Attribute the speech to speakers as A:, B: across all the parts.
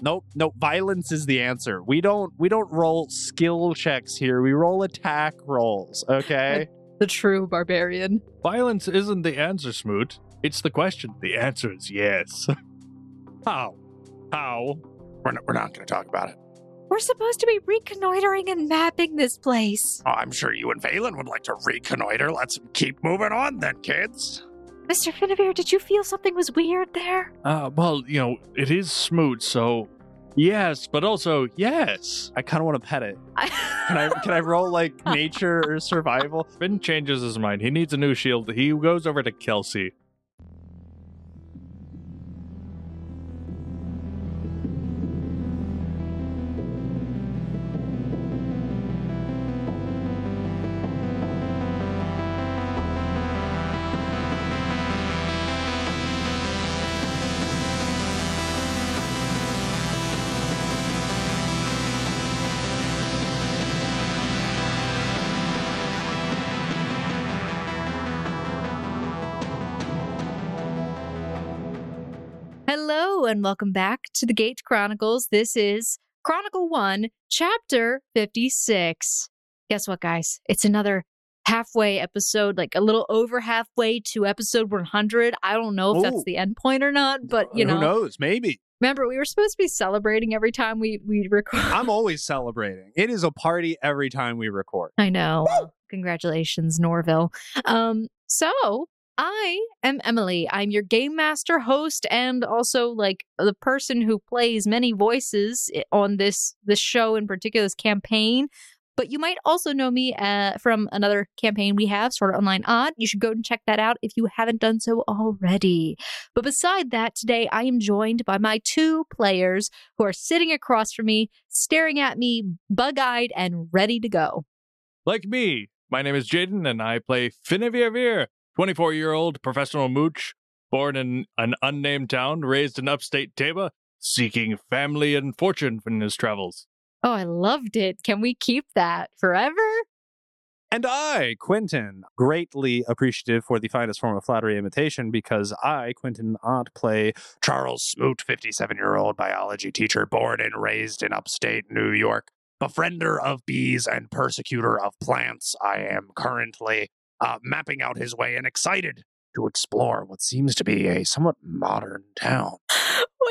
A: Nope, nope. Violence is the answer. We don't we don't roll skill checks here. We roll attack rolls. Okay.
B: The true barbarian.
C: Violence isn't the answer, Smoot. It's the question. The answer is yes. How? How?
D: We're not, we're not going to talk about it.
E: We're supposed to be reconnoitering and mapping this place.
D: Oh, I'm sure you and Valen would like to reconnoiter. Let's keep moving on then, kids.
E: Mr. Finevere, did you feel something was weird there?
C: Uh, well, you know, it is Smoot, so yes, but also yes.
A: I kind of want to pet it. Can I can I roll like nature or survival?
C: Finn changes his mind. He needs a new shield. He goes over to Kelsey.
B: Hello, and welcome back to the Gate Chronicles. This is Chronicle 1, Chapter 56. Guess what, guys? It's another halfway episode, like a little over halfway to episode 100. I don't know if
A: Ooh.
B: that's the end point or not, but you
A: who
B: know,
A: knows? Maybe
B: remember, we were supposed to be celebrating every time we, we record.
A: I'm always celebrating. It is a party every time we record.
B: I know. Congratulations, Norville. Um, so I am Emily. I'm your game master host and also like the person who plays many voices i- on this this show in particular, this campaign. But you might also know me uh, from another campaign we have, sort of online odd. You should go and check that out if you haven't done so already. But beside that, today I am joined by my two players who are sitting across from me, staring at me, bug-eyed and ready to go.
C: Like me, my name is Jaden, and I play Finnevier Veer, 24 year old professional mooch, born in an unnamed town, raised in upstate Taba, seeking family and fortune in his travels.
B: Oh, I loved it. Can we keep that forever?
A: And I, Quentin, greatly appreciative for the finest form of flattery imitation because I, Quentin Ott, play
D: Charles Smoot, 57 year old biology teacher, born and raised in upstate New York, befriender of bees and persecutor of plants. I am currently uh, mapping out his way and excited to explore what seems to be a somewhat modern town.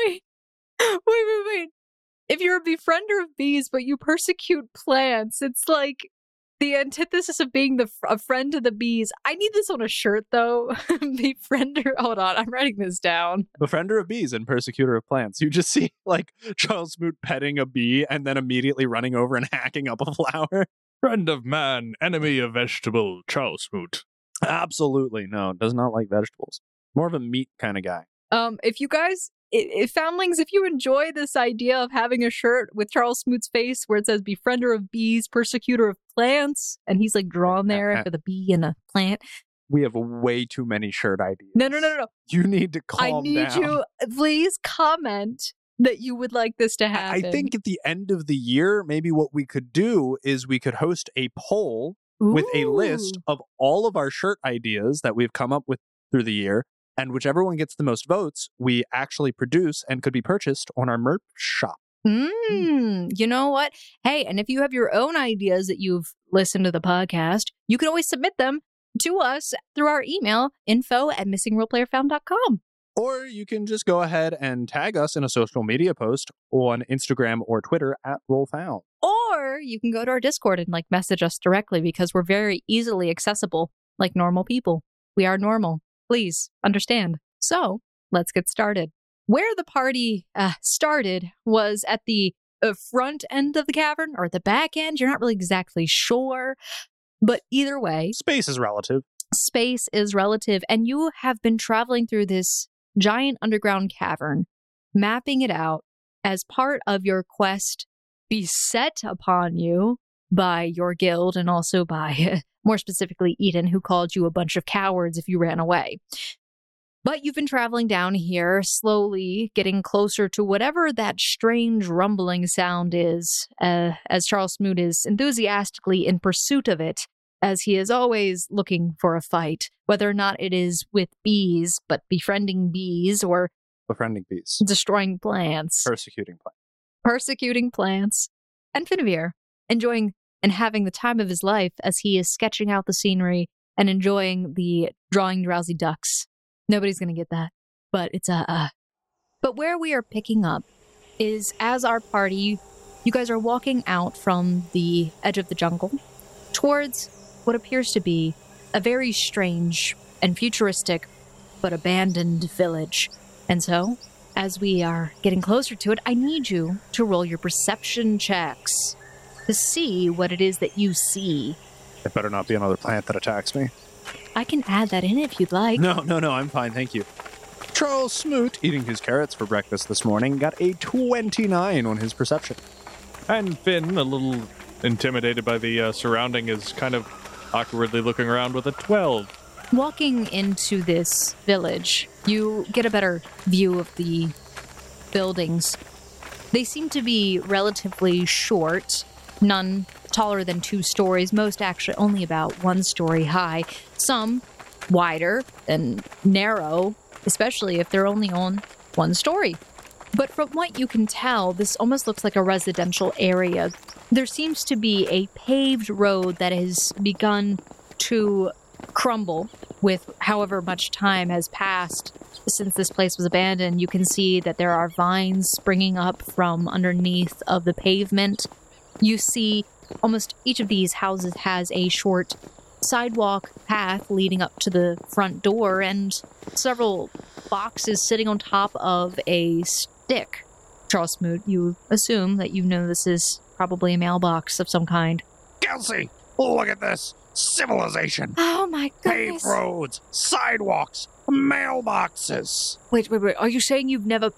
B: Wait, wait, wait, wait. If you're a befriender of bees, but you persecute plants, it's like the antithesis of being the f- a friend to the bees. I need this on a shirt, though. befriender. Hold on, I'm writing this down.
A: befriender of bees and persecutor of plants. You just see like Charles Smoot petting a bee and then immediately running over and hacking up a flower.
C: Friend of man, enemy of vegetable, Charles Smoot.
A: Absolutely no, does not like vegetables. More of a meat kind of guy.
B: Um, if you guys, i- if foundlings, if you enjoy this idea of having a shirt with Charles Smoot's face where it says "befriender of bees, persecutor of plants," and he's like drawn there with a bee and a plant.
A: We have way too many shirt ideas.
B: No, no, no, no, no.
A: You need to
B: I
A: calm
B: need
A: down.
B: you. Please comment that you would like this to
A: I
B: happen.
A: I think at the end of the year, maybe what we could do is we could host a poll with a list
B: Ooh.
A: of all of our shirt ideas that we've come up with through the year. And whichever one gets the most votes, we actually produce and could be purchased on our merch shop.
B: Mm, you know what? Hey, and if you have your own ideas that you've listened to the podcast, you can always submit them to us through our email info at missingroleplayerfound.com.
A: Or you can just go ahead and tag us in a social media post on Instagram or Twitter at RollFound.
B: Or you can go to our Discord and like message us directly because we're very easily accessible, like normal people. We are normal. Please understand. So let's get started. Where the party uh, started was at the uh, front end of the cavern or at the back end. You're not really exactly sure. But either way,
A: Space is relative.
B: space is relative and you have been traveling through this giant underground cavern mapping it out as part of your quest beset upon you by your guild and also by more specifically Eden who called you a bunch of cowards if you ran away but you've been traveling down here slowly getting closer to whatever that strange rumbling sound is uh, as Charles Smoot is enthusiastically in pursuit of it as he is always looking for a fight, whether or not it is with bees, but befriending bees or
A: Befriending bees.
B: destroying plants.
A: Persecuting plants.
B: persecuting plants, and Finavir, enjoying and having the time of his life as he is sketching out the scenery and enjoying the drawing drowsy ducks. Nobody's going to get that, but it's a. Uh, uh. But where we are picking up is as our party, you guys are walking out from the edge of the jungle towards what appears to be a very strange and futuristic but abandoned village. And so, as we are getting closer to it, I need you to roll your perception checks to see what it is that you see.
F: It better not be another plant that attacks me.
B: I can add that in if you'd like.
F: No, no, no, I'm fine, thank you. Charles Smoot, eating his carrots for breakfast this morning, got a 29 on his perception.
G: And Finn, a little intimidated by the uh, surrounding, is kind of awkwardly looking around with a 12.
B: Walking into this village, you get a better view of the buildings. They seem to be relatively short, none taller than two stories, most actually only about one story high, some wider and narrow, especially if they're only on one story. But from what you can tell, this almost looks like a residential area. There seems to be a paved road that has begun to crumble with however much time has passed since this place was abandoned. You can see that there are vines springing up from underneath of the pavement. You see almost each of these houses has a short sidewalk path leading up to the front door and several boxes sitting on top of a stick. Charles Smoot, you assume that you know this is probably a mailbox of some kind.
A: Kelsey, look at this civilization.
H: Oh my
A: Paved
H: goodness.
A: roads, sidewalks, mailboxes.
H: Wait, wait, wait. Are you saying you've never.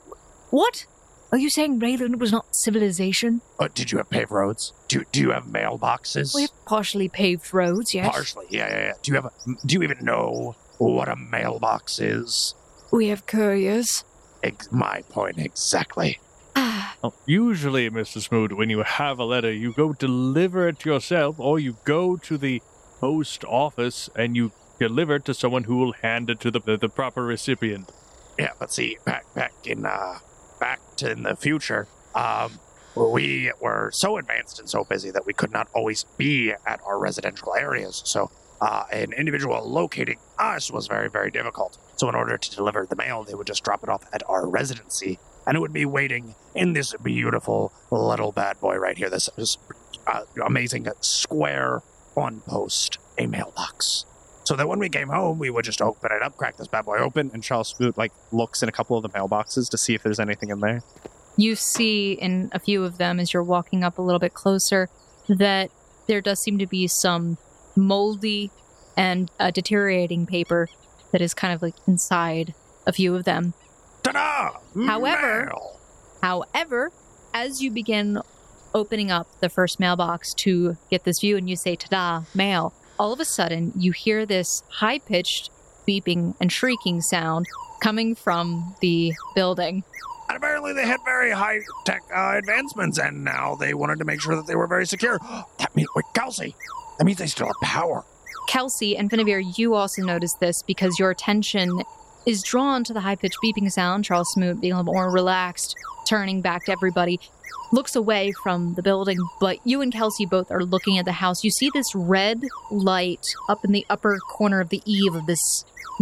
H: What? Are you saying Rayland was not civilization?
A: Uh, did you have paved roads? Do do you have mailboxes?
H: We have partially paved roads, yes.
A: Partially, yeah, yeah, yeah. Do you have? A, do you even know what a mailbox is?
H: we have couriers.
A: Ex- my point exactly.
H: Ah,
G: Oh, Usually, Mr. Smoot, when you have a letter, you go deliver it yourself, or you go to the post office and you deliver it to someone who will hand it to the, the, the proper recipient.
A: Yeah, but see, back back in uh, back to in the future, um, we were so advanced and so busy that we could not always be at our residential areas. So uh, an individual locating us was very very difficult. So in order to deliver the mail, they would just drop it off at our residency, and it would be waiting in this beautiful little bad boy right here. This, this uh, amazing square on post a mailbox. So that when we came home, we would just open it up, crack this bad boy open.
F: Open, and Charles Smoot, like, looks in a couple of the mailboxes to see if there's anything in there.
B: You see in a few of them as you're walking up a little bit closer that there does seem to be some moldy and uh, deteriorating paper that is kind of like inside a few of them.
A: Ta-da!
B: However-
A: Mail.
B: However, as you begin opening up the first mailbox to get this view and you say, ta da, mail, all of a sudden you hear this high pitched beeping and shrieking sound coming from the building.
A: and apparently they had very high tech uh, advancements, and now they wanted to make sure that they were very secure. that means, wait, Kelsey, that means they still have power.
B: Kelsey and Finavir, you also notice this because your attention is drawn to the high pitched beeping sound. Charles Smoot, being a little more relaxed, turning back to everybody, looks away from the building, but you and Kelsey both are looking at the house. You see this red light up in the upper corner of the eave of this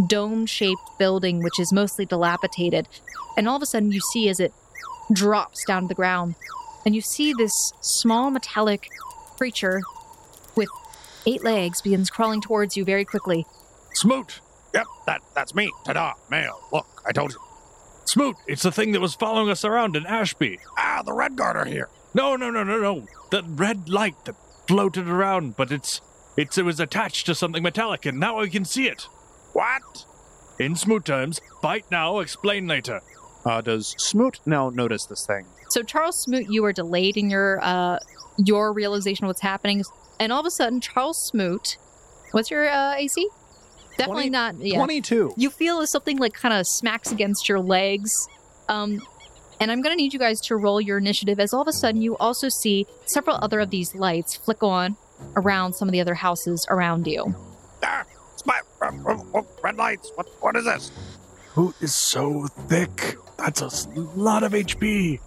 B: dome shaped building, which is mostly dilapidated. And all of a sudden, you see as it drops down to the ground, and you see this small metallic creature with eight legs begins crawling towards you very quickly.
G: Smoot!
A: Yep, that that's me. Ta-da, mail. Look, I told you.
G: Smoot! It's the thing that was following us around in Ashby!
A: Ah, the Red Guard are here.
G: No, no, no, no, no. That red light that floated around, but it's, it's it was attached to something metallic, and now I can see it.
A: What?
G: In Smoot terms, bite now, explain later.
F: Uh, does Smoot now notice this thing?
B: So Charles Smoot, you are delayed in your uh, your realization of what's happening, and all of a sudden Charles Smoot, what's your uh, AC? Definitely
F: Twenty-
B: not. Yeah.
F: 22.
B: You feel as something like kind of smacks against your legs, um, and I'm going to need you guys to roll your initiative. As all of a sudden you also see several other of these lights flick on around some of the other houses around you.
A: Ah, it's my um, um, um, red lights. What what is this?
I: Boot is so thick. That's a s- lot of HP.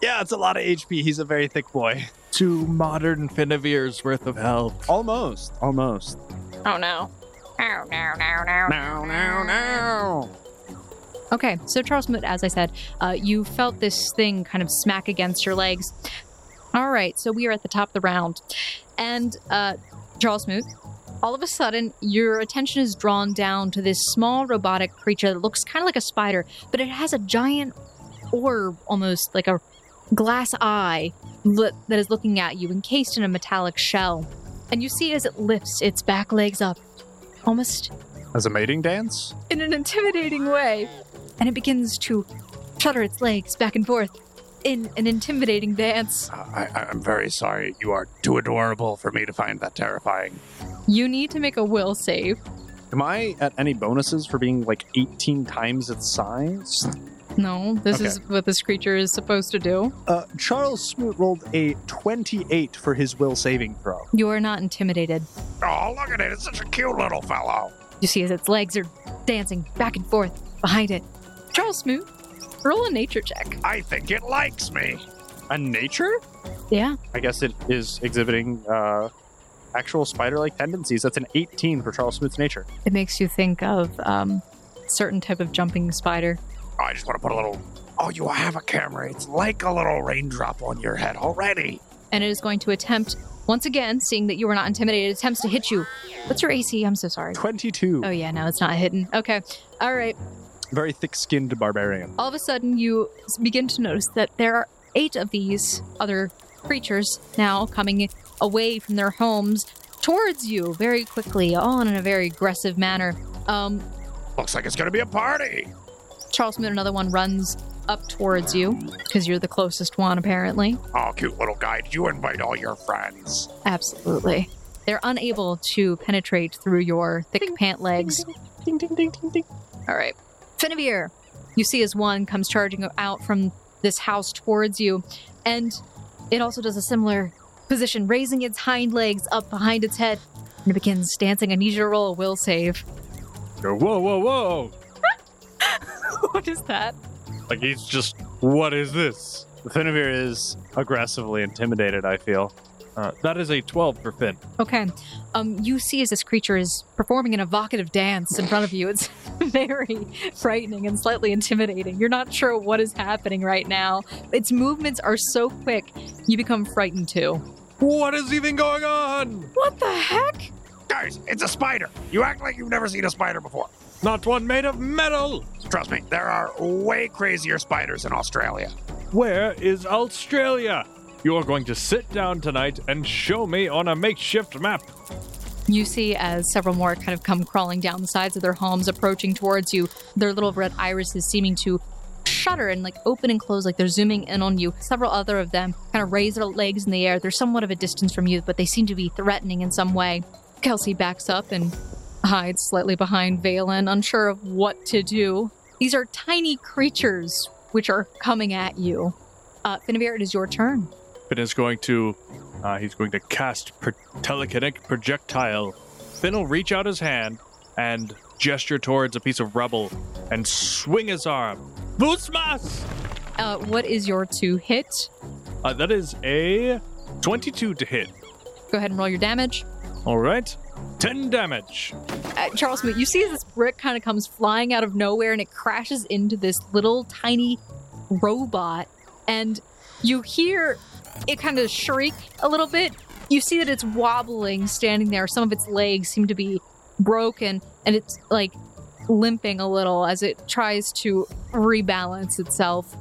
J: Yeah, it's a lot of HP. He's a very thick boy.
G: Two modern Finavir's worth of health.
J: Almost. Almost.
K: Oh no. Oh no no no
A: Now, now, now.
B: Okay, so Charles Moot, as I said, uh, you felt this thing kind of smack against your legs. All right, so we are at the top of the round. And uh, Charles Moot, all of a sudden, your attention is drawn down to this small robotic creature that looks kind of like a spider, but it has a giant orb, almost like a glass eye, lo- that is looking at you, encased in a metallic shell. And you see as it lifts its back legs up, almost
J: As a mating dance?
B: in an intimidating way, and it begins to shudder its legs back and forth in an intimidating dance.
A: Uh, I, I- I'm very sorry. You are too adorable for me to find that terrifying.
B: You need to make a will save.
J: Am I at any bonuses for being like 18 times its size?
B: No, this
J: Okay.
B: is what this creature is supposed to do.
J: Uh, Charles Smoot rolled a 28 for his will saving throw.
B: You are not intimidated.
A: Oh, look at it. It's such a cute little fellow.
B: You see as its legs are dancing back and forth behind it. Charles Smoot, roll a nature check.
A: I think it likes me.
J: A nature?
B: Yeah.
J: I guess it is exhibiting uh, actual spider like tendencies. That's an 18 for Charles Smoot's nature.
B: It makes you think of um certain type of jumping spider.
A: Oh, I just want to put a little. Oh, you have a camera. It's like a little raindrop on your head already.
B: And it is going to attempt once again, seeing that you were not intimidated, it attempts to hit you. What's your AC? I'm so sorry.
J: 22.
B: Oh yeah, no, it's not hidden. Okay. All right.
J: Very thick skinned barbarian.
B: All of a sudden, you s- begin to notice that there are eight of these other creatures now coming away from their homes towards you very quickly, all in a very aggressive manner. Um,
A: Looks like it's going to be a party.
B: Charles Moon, another one, runs up towards you because you're the closest one, apparently.
A: Oh, cute little guy. Did you invite all your friends?
B: Absolutely. They're unable to penetrate through your thick pant legs. All right. Finavir, you see as one comes charging out from this house towards you, and it also does a similar position, raising its hind legs up behind its head, and it begins dancing. I need you to roll a will save.
G: Whoa, whoa, whoa.
B: what is that?
G: Like he's just, what is this?
J: The Finavir is aggressively intimidated, I feel.
G: Uh, that is a 12 for Finn.
B: Okay. Um, you see as this creature is performing an evocative dance in front of you. It's very frightening and slightly intimidating. You're not sure what is happening right now. Its movements are so quick, you become frightened too.
G: What is even going on?
B: What the heck?
A: Guys, it's a spider. You act like you've never seen a spider before.
G: Not one made of metal.
A: Trust me, there are way crazier spiders in Australia.
G: Where is Australia? You are going to sit down tonight and show me on a makeshift map.
B: You see as several more kind of come crawling down the sides of their homes, approaching towards you, their little red irises seeming to shudder and like open and close, like they're zooming in on you. Several other of them kind of raise their legs in the air. They're somewhat of a distance from you, but they seem to be threatening in some way. Kelsey backs up and hides slightly behind Valen, unsure of what to do. These are tiny creatures which are coming at you. Uh, Finnevere, it is your turn.
G: Finn is going to, uh, he's going to cast per- telekinetic projectile. Finn will reach out his hand and gesture towards a piece of rubble and swing his arm. Busmas!
B: Uh, what is your to hit?
G: Uh, that is a 22 to hit.
B: Go ahead and roll your damage.
G: All right, 10 damage.
B: uh, Charles Moot, you see as this brick kind of comes flying out of nowhere and it crashes into this little tiny robot. And you hear it kind of shriek a little bit. You see that it's wobbling, standing there. Some of its legs seem to be broken and it's like limping a little as it tries to rebalance itself.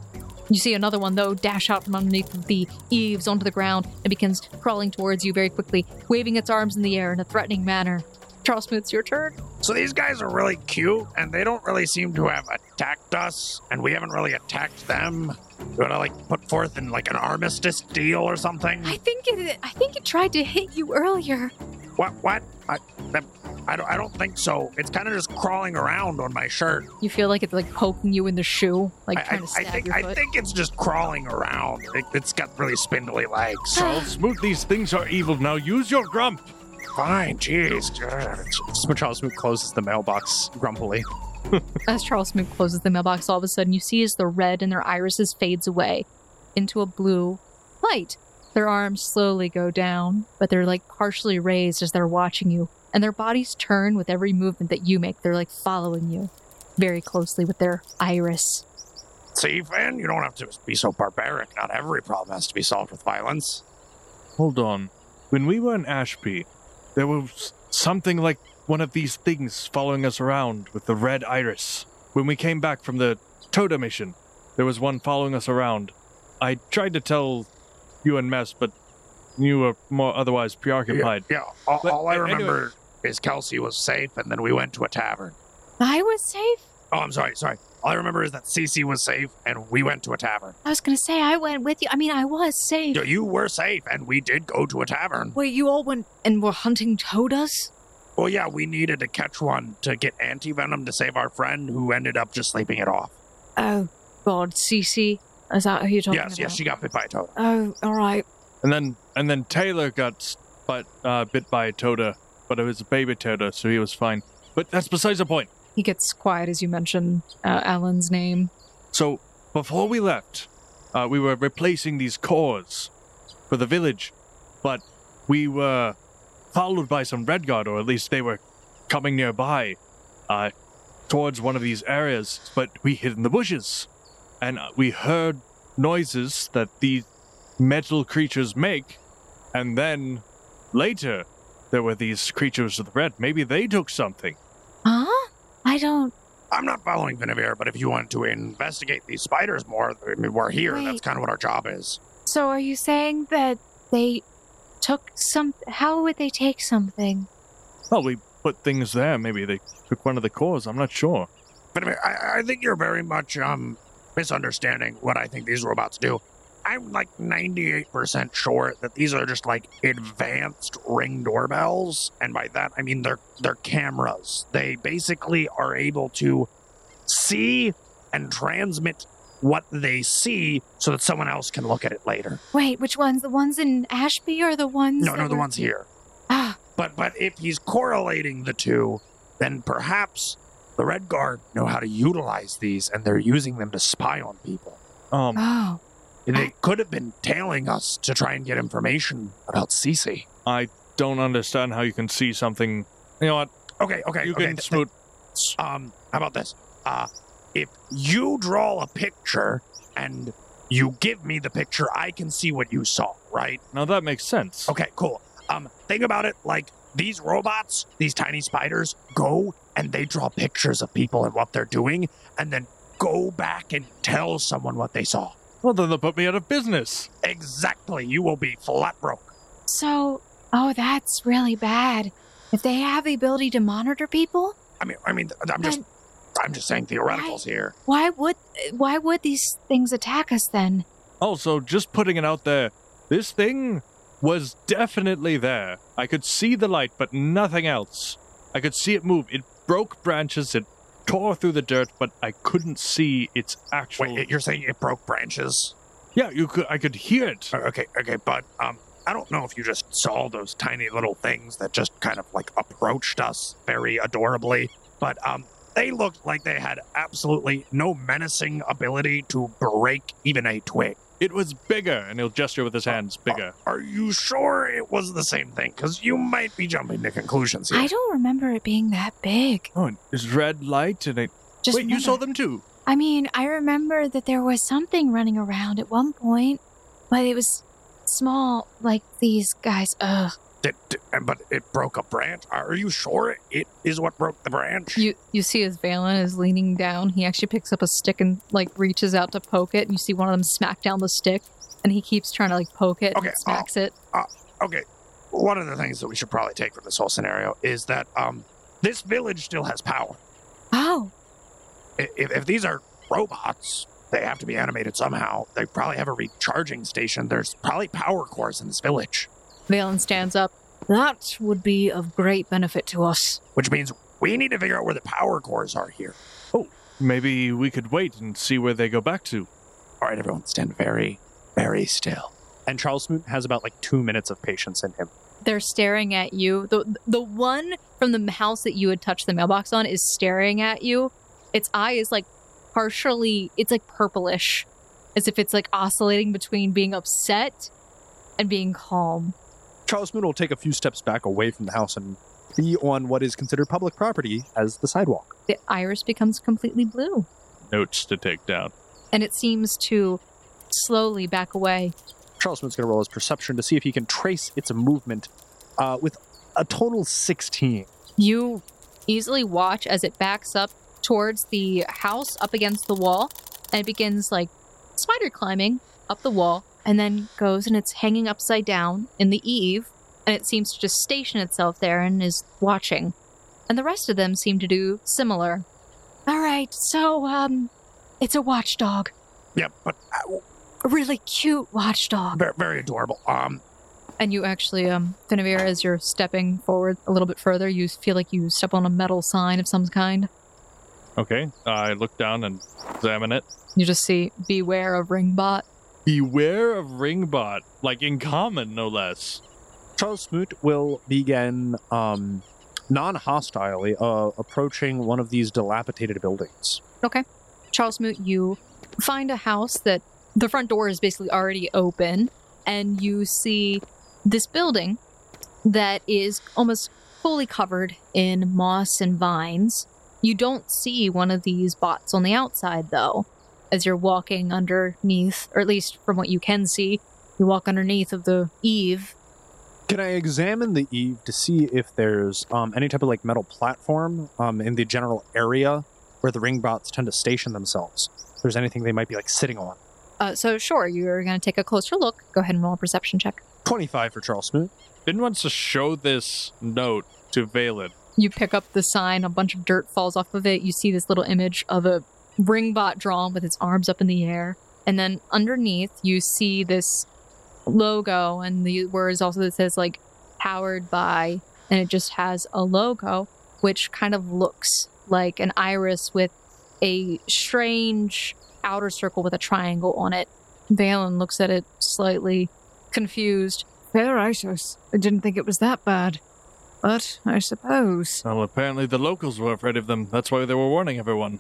B: You see another one, though, dash out from underneath the eaves onto the ground and begins crawling towards you very quickly, waving its arms in the air in a threatening manner. Charles Smoot's your turn.
A: So these guys are really cute, and they don't really seem to have attacked us, and we haven't really attacked them. You want to like put forth in like an armistice deal or something?
B: I think it. I think it tried to hit you earlier.
A: What? What? I, that- I, don't, I don't think so. It's kind of just crawling around on my shirt.
B: You feel like it's like poking you in the shoe, like
A: I, I,
B: trying to
A: I
B: stab
A: think
B: your
A: I
B: foot.
A: think it's just crawling around. It, it's got really spindly legs.
G: Charles, smooth these things are evil. Now use your grump.
A: Fine, jeez.
J: So Charles Smoot closes the mailbox grumpily.
B: As Charles Smoot closes the mailbox, all of a sudden you see as the red in their irises fades away,
L: into a blue light. Their arms slowly go down, but they're like partially raised as they're watching you, and their bodies turn with every movement that you make. They're like following you very closely with their iris.
A: See, Finn, you don't have to be so barbaric. Not every problem has to be solved with violence.
G: Hold on. When we were in Ashby, there was something like one of these things following us around with the red iris. When we came back from the Toda mission, there was one following us around. I tried to tell you and Mess, but you were more otherwise preoccupied.
A: Yeah, all,
G: But
A: all I
G: anyway-
A: remember is Kelsey was safe, and then we went to a tavern.
L: I was safe.
A: Oh, I'm sorry, sorry. All I remember is that Cece was safe, and we went to a tavern.
L: I was going to say I went with you. I mean, I was safe.
A: You- You were safe, and we did go to a tavern.
B: Wait, you all went and were hunting todas?
A: Well, yeah, we needed to catch one to get anti venom to save our friend, who ended up just sleeping it off.
B: Oh, God, Cece. Is that who you're talking
A: Yes,
B: about?
A: yes, she got bit by a toad.
B: Oh, all right.
G: And then and then Taylor got s- but, uh, bit by a Toda, but it was a baby Toda, so he was fine. But that's besides the point.
L: He gets quiet as you mention uh, Alan's name.
G: So before we left, uh, we were replacing these cores for the village, but we were followed by some red guard, or at least they were coming nearby uh, towards one of these areas. But we hid in the bushes, and uh, we heard noises that these metal creatures make, and then later there were these creatures with red. Maybe they took something.
L: Huh? I don't.
A: I'm not following Vinevere, but if you want to investigate these spiders more, I mean, we're here.
L: Wait.
A: That's kind of what our job is.
L: So are you saying that they took some? How would they take something?
G: Well, we put things there. Maybe they took one of the cores. I'm not sure.
A: But I, mean, I, I think you're very much um, misunderstanding what I think these robots do. I'm like 98% sure that these are just like advanced ring doorbells, and by that I mean they're they're cameras. They basically are able to see and transmit what they see so that someone else can look at it later.
L: Wait, which ones? The ones in Ashby or the ones?
A: No,
L: that
A: no, the
L: were-
A: one's here.
L: Ah,
A: But but if he's correlating the two, then perhaps the Red Guard know how to utilize these, and they're using them to spy on people.
G: Um,
L: oh.
A: They could have been tailing us to try and get information about Cece.
G: don't understand how you can see something. You know what?
A: Okay, okay,
G: you
A: okay.
G: can
A: th-
G: smoot.
A: th- um, how about this? Uh, if you draw a picture and you give me the picture, I can see what you saw, right?
G: Now that makes sense.
A: Okay, cool. Um, think about it like these robots, these tiny spiders, go and they draw pictures of people and what they're doing, and then go back and tell someone what they saw.
G: Well, then they'll put me out of business.
A: Exactly. You will be flat broke.
L: So, oh, that's really bad. If they have the ability to monitor people,
A: I mean, I mean, I'm just, I'm just saying theoreticals here.
L: why would why would these things attack us then?
G: Also, just putting it out there, this thing was definitely there. I could see the light, but nothing else. I could see it move. It broke branches. It tore through the dirt, but I couldn't see its actual.
A: Wait, you're saying it broke branches?
G: yeah, you could. I could hear it.
A: Uh, Okay, okay, but um, I don't know if you just saw those tiny little things that just kind of like approached us very adorably, but um, they looked like they had absolutely no menacing ability to break even a twig.
G: It was bigger, and he'll gesture with his hands. Bigger.
A: Are you sure it was the same thing? Because you might be jumping to conclusions here.
L: I don't remember it being that big.
G: Oh, and it's red light, and it.
L: Just
G: Wait, you
L: remember-
G: saw them too.
L: I mean, I remember that there was something running around at one point, but it was small, like these guys. Ugh.
A: Did- did- but it broke a branch. Are you sure it is what broke the branch?
L: You you see as Valen is leaning down, he actually picks up a stick and like reaches out to poke it, and you see one of them smack down the stick, and he keeps trying to like poke it
A: Okay,
L: and smacks it.
A: okay one of the things that we should probably take from this whole scenario is that um this village still has power
L: Oh,
A: I- if, if these are robots they have to be animated somehow they probably have a recharging station there's probably power cores in this village
L: Valen stands up.
B: That would be of great benefit to us.
A: which means we need to figure out where the power cores are here
G: Maybe we could wait and see where they go back to.
A: all right everyone stand very very still
J: And Charles Smoot has about like two minutes of patience in him.
L: They're staring at you. The the one from the house that you had touched the mailbox on is staring at you. Its eye is like partially, it's like purplish, as if it's like oscillating between being upset and being calm.
J: Charles Moon will take a few steps back away from the house and be on what is considered public property as the sidewalk.
L: The iris becomes completely blue
G: Notes to take down.
L: and it seems to slowly back away.
J: Charles Moon's going to roll his perception to see if he can trace its movement uh, with a total 16.
L: You easily watch as it backs up towards the house up against the wall and it begins like spider climbing up the wall and then goes and it's hanging upside down in the eave and it seems to just station itself there and is watching. And the rest of them seem to do similar. All right, so um it's a watchdog,
A: Yeah, but uh,
L: a really cute watchdog.
A: ver- very adorable. Um,
L: And you actually, um, Finavir, as you're stepping forward a little bit further, you feel like you step on a metal sign of some kind.
G: Okay. I look down and examine it.
L: You just see, beware of Ringbot.
G: Beware of Ringbot, like in common, no less.
J: Charles Smoot will begin um, non hostilely uh, approaching one of these dilapidated buildings.
L: Charles Moot, you find a house that the front door is basically already open, and you see this building that is almost fully covered in moss and vines. You don't see one of these bots on the outside, though, as you're walking underneath, or at least from what you can see, you walk underneath of the eave.
J: Can I examine the eave to see if there's um, any type of like metal platform um, in the general area where the ring bots tend to station themselves? If there's anything they might be like sitting on.
L: Uh, so, sure, you're going to take a closer look. Go ahead and roll a perception check.
J: 25 for Charles Smoot.
G: Finn wants to show this note to Valen.
L: you pick up the sign, a bunch of dirt falls off of it. You see this little image of a ringbot drawn with its arms up in the air. And then underneath, you see this logo and the words also that says, like, powered by. And it just has a logo, which kind of looks like an iris with a strange outer circle with a triangle on it. Valen looks at it slightly confused.
B: Fair ISIS. I didn't think it was that bad. But I suppose.
G: Well, apparently the locals were afraid of them. That's why they were warning everyone.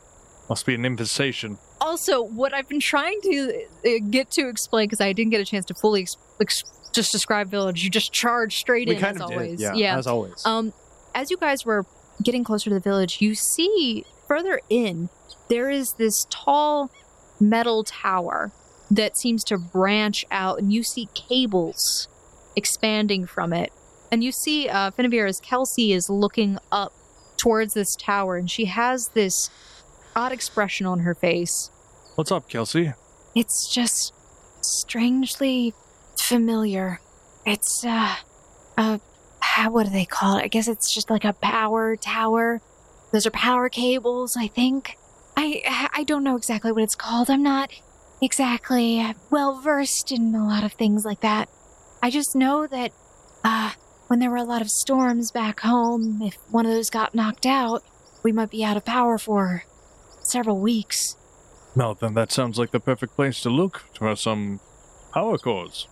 G: Must be an infestation.
L: also what i've been trying to uh, get to explain because i didn't get a chance to fully ex- ex- just describe village you just charge straight in as always
J: Yeah, as always.
L: um, as you guys were getting closer to the village, you see further in there is this tall metal tower that seems to branch out, and you see cables expanding from it. And you see uh, Finnevere as Kelsey is looking up towards this tower, and she has this odd expression on her face.
G: What's up, Kelsey?
B: It's just strangely familiar. It's, uh, uh, how, what do they call it? I guess it's just like a power tower. Those are power cables, I think. I, I don't know exactly what it's called. I'm not exactly well versed in a lot of things like that. I just know that, uh, when there were a lot of storms back home, if one of those got knocked out, we might be out of power for several weeks.
G: No, then that sounds like the perfect place to look for some power cores.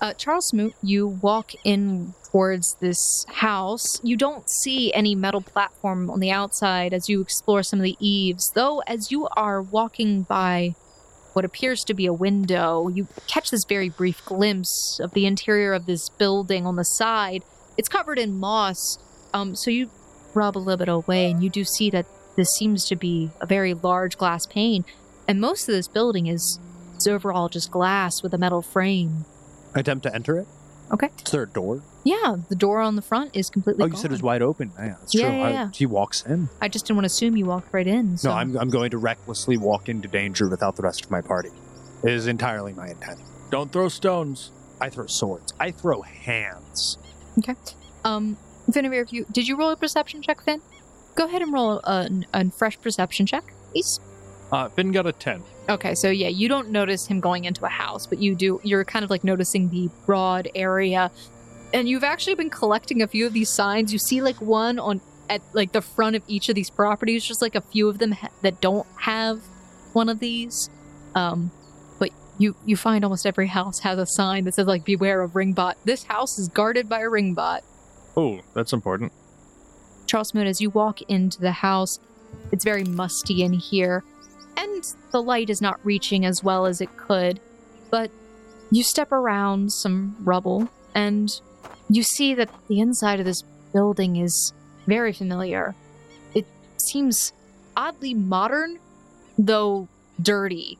L: Uh, Charles Smoot, you walk in towards this house. You don't see any metal platform on the outside as you explore some of the eaves, though, as you are walking by what appears to be a window, you catch this very brief glimpse of the interior of this building on the side. It's covered in moss, um, so you rub a little bit away and you do see that this seems to be a very large glass pane, and most of this building is. It's overall just glass with a metal frame.
J: Attempt to enter it.
L: Okay.
J: Is there a door?
L: Yeah, the door on the front is completely.
J: oh, you said it was
L: gone.
J: wide open. Yeah, that's
L: Yeah,
J: true.
L: yeah,
J: I-
L: yeah.
J: He walks in.
L: I just didn't want to assume you walked right in. So.
J: No, I'm, I'm going to recklessly walk into danger without the rest of my party. It is entirely my intent.
G: Don't throw stones.
J: I throw swords. I throw hands.
L: Okay. Um, Finnevere, if you did you roll a perception check, Finn? Go ahead and roll a, a fresh perception check, please.
G: Uh, Finn got a 10.
L: Okay, so yeah, you don't notice him going into a house, but you do. You're kind of like noticing the broad area, and you've actually been collecting a few of these signs. You see like one on at like the front of each of these properties, just like a few of them ha- that don't have one of these. Um, but you you find almost every house has a sign that says like "Beware of Ringbot." This house is guarded by a Ringbot.
G: Oh, that's important.
L: Charles Moon, as you walk into the house, it's very musty in here. and the light is not reaching as well as it could. But you step around some rubble and you see that the inside of this building is very familiar. It seems oddly modern, though dirty,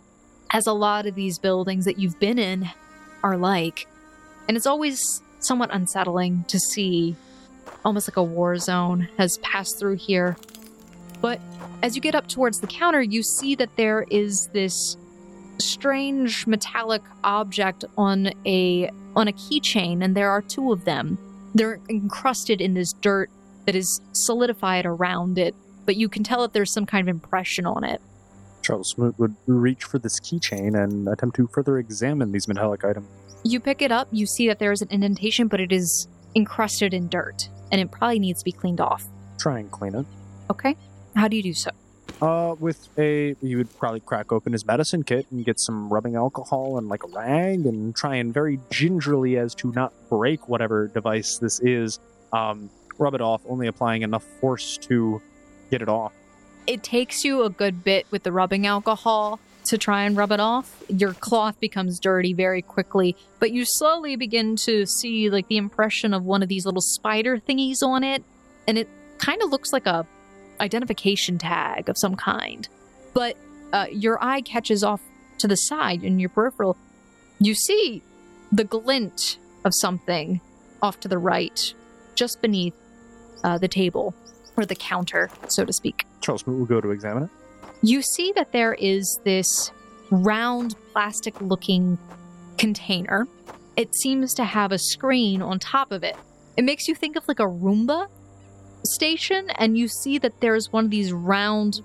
L: as a lot of these buildings that you've been in are like. And it's always somewhat unsettling to see almost like a war zone has passed through here. But as you get up towards the counter, you see that there is this strange metallic object on a on a keychain and there are two of them. They're encrusted in this dirt that is solidified around it, but you can tell that there's some kind of impression on it.
J: Charles Smoot would reach for this keychain and attempt to further examine these metallic items.
L: You pick it up, you see that there is an indentation, but it is encrusted in dirt, and it probably needs to be cleaned off.
J: Try and clean it.
L: Okay? How do you do so?
J: Uh, with a you would probably crack open his medicine kit and get some rubbing alcohol and like a rag and try and very gingerly as to not break whatever device this is. Um, rub it off, only applying enough force to get it off.
L: It takes you a good bit with the rubbing alcohol to try and rub it off. Your cloth becomes dirty very quickly, but you slowly begin to see like the impression of one of these little spider thingies on it, and it kind of looks like a identification tag of some kind. But uh, your eye catches off to the side in your peripheral. You see the glint of something off to the right, just beneath uh, the table or the counter, so to speak.
J: Charles Smoot will go to examine it.
L: You see that there is this round plastic looking container. It seems to have a screen on top of it. It makes you think of like a Roomba station, and you see that there's one of these round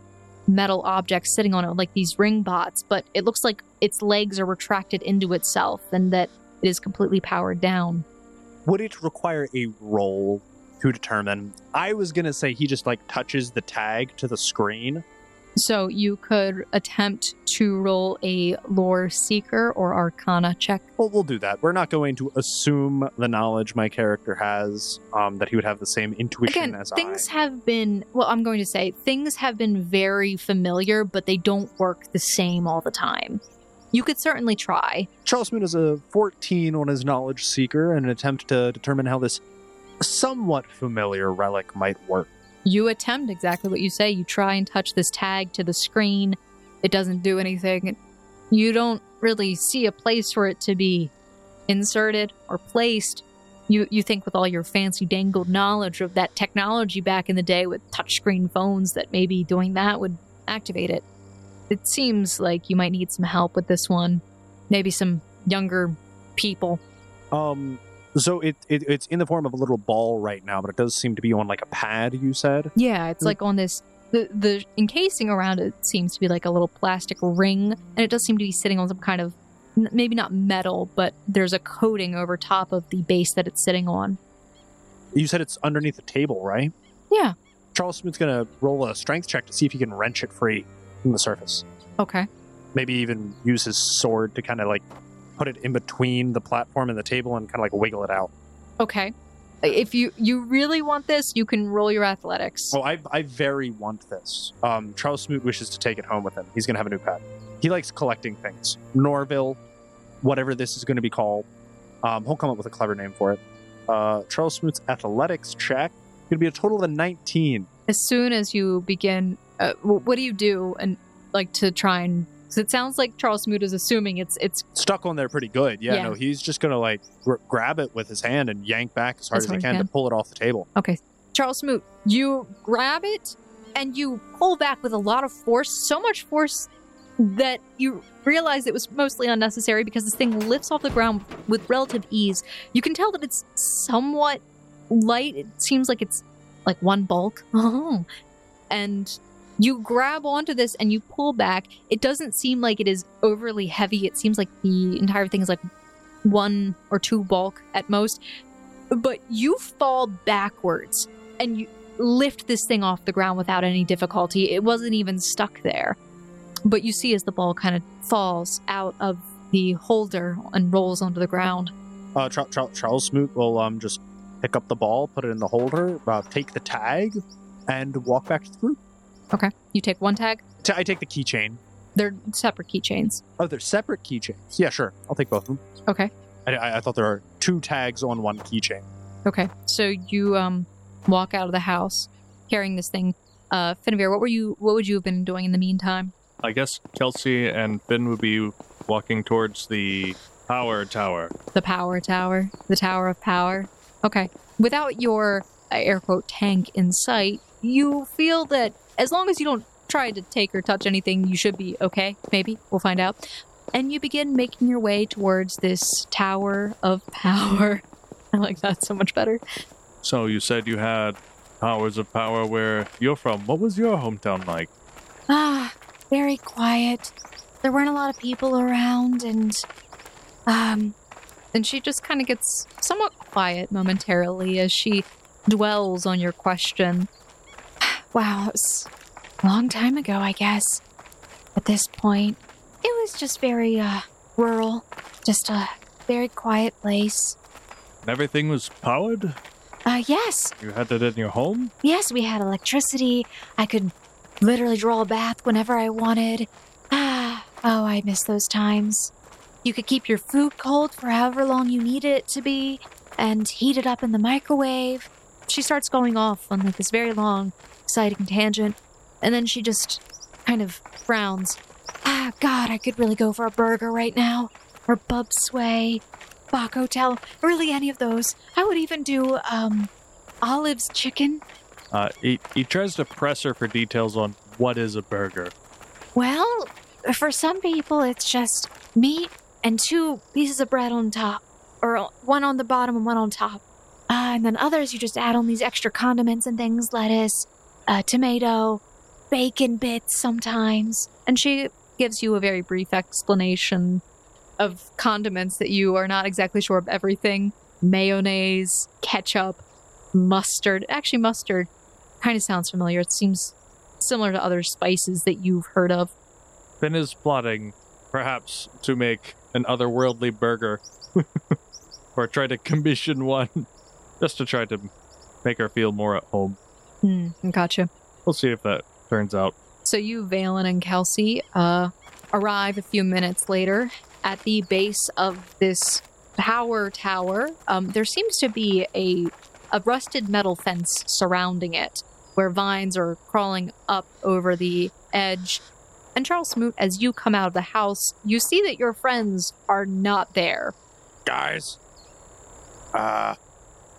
L: metal objects sitting on it, like these ring bots, but it looks like its legs are retracted into itself and that it is completely powered down.
J: Would it require a roll to determine? I was gonna say he just like touches the tag to the screen.
L: So you could attempt to roll a lore seeker or arcana check.
J: Well, we'll do that. We're not going to assume the knowledge my character has um, that he would have the same intuition
L: Again,
J: as
L: things
J: I.
L: have been, well, I'm going to say things have been very familiar, but they don't work the same all the time. You could certainly try.
J: Charles Smoot is a 14 on his knowledge seeker in an attempt to determine how this somewhat familiar relic might work.
L: You attempt exactly what you say. You try and touch this tag to the screen. It doesn't do anything. You don't really see a place for it to be inserted or placed. You you think with all your fancy dangled knowledge of that technology back in the day with touchscreen phones that maybe doing that would activate it. It seems like you might need some help with this one. Maybe some younger people.
J: Um, so it, it it's in the form of a little ball right now, but it does seem to be on like a pad. You said
L: Yeah, it's
J: Mm.
L: like on this the the encasing around it seems to be like a little plastic ring, and it does seem to be sitting on some kind of n- maybe not metal, but there's a coating over top of the base that it's sitting on.
J: you said it's underneath the table, right?
L: Yeah.
J: Charles Smoot's gonna roll a strength check to see if he can wrench it free from the surface.
L: Okay.
J: Maybe even use his sword to kind of like put it in between the platform and the table and kind of like wiggle it out.
L: Okay. If you you really want this, you can roll your athletics.
J: Oh, I, I very want this. Um, Charles Smoot wishes to take it home with him. He's going to have a new pet. He likes collecting things. Norville, whatever this is going to be called. Um, he'll come up with a clever name for it. Uh, Charles Smoot's athletics check going to be a total of a 19.
L: As soon as you begin, uh, wh- what do you do and like to try and? Because it sounds like Charles Smoot is assuming it's it's
J: Stuck on there pretty good. Yeah,
L: Yeah.
J: no, he's just going to like gr- grab it with his hand and yank back as hard as, he can, to pull it off the table.
L: Charles Smoot, you grab it and you pull back with a lot of force, so much force that you realize it was mostly unnecessary because this thing lifts off the ground with relative ease. You can tell that it's somewhat light. It seems like it's like one bulk. Oh. And you grab onto this and you pull back. It doesn't seem like it is overly heavy. It seems like the entire thing is like one or two bulk at most. But you fall backwards and you lift this thing off the ground without any difficulty. It wasn't even stuck there. But you see as the ball kind of falls out of the holder and rolls onto the ground.
J: Uh, Char- Char- Charles Smoot will um, just pick up the ball, put it in the holder, uh, take the tag, and walk back to the group.
L: You take one tag.
J: T- I take the keychain.
L: They're separate keychains.
J: Oh, they're separate keychains. Yeah, sure. I'll take both of them.
L: Okay.
J: I, I, I thought there are two tags on one keychain.
L: Okay. So you um walk out of the house carrying this thing. Uh Finnevere, what were you what would you have been doing in the meantime?
G: I guess Kelsey and Finn would be walking towards the power tower.
L: The power tower, the tower of power. Okay. Without your uh, air quote tank in sight, you feel that as long as you don't try to take or touch anything, you should be okay. Maybe we'll find out. And you begin making your way towards this tower of power. I like that so much better.
G: So you said you had powers of power where you're from. What was your hometown like?
B: Ah, very quiet. There weren't a lot of people around, and um,
L: And she just kind of gets somewhat quiet momentarily as she dwells on your question.
B: wow, it was a long time ago, I guess. At this point, it was just very uh rural, just a very quiet place.
G: And everything was powered?
B: Uh, yes,
G: You had that in your home?
B: yes, we had electricity. I could literally draw a bath whenever I wanted. Ah, oh, I miss those times. You could keep your food cold for however long you needed it to be and heat it up in the microwave.
L: She starts going off on like this very long, exciting tangent, and then she just kind of frowns.
B: Ah, God, I could really go for a burger right now. Or Bub Sway, Bach Hotel, really any of those. I would even do, um, Olive's Chicken.
G: Uh, he, he tries to press her for details on what is a burger.
B: Well, for some people, it's just meat and two pieces of bread on top, or one on the bottom and one on top. Uh, and then others, you just add on these extra condiments and things lettuce, uh, tomato, bacon bits sometimes.
L: And she gives you a very brief explanation of condiments that you are not exactly sure of everything mayonnaise, ketchup, mustard. Actually, mustard kind of sounds familiar. It seems similar to other spices that you've heard of.
G: Finn is plotting, perhaps, to make an otherworldly burger, or try to commission one, just to try to make her feel more at home.
L: Hmm, gotcha.
G: We'll see if that turns out.
L: So you, Valen, and Kelsey uh, arrive a few minutes later at the base of this power tower. Um, there seems to be a a rusted metal fence surrounding it, where vines are crawling up over the edge. And Charles Smoot, as you come out of the house, you see that your friends are not there.
A: Guys, uh,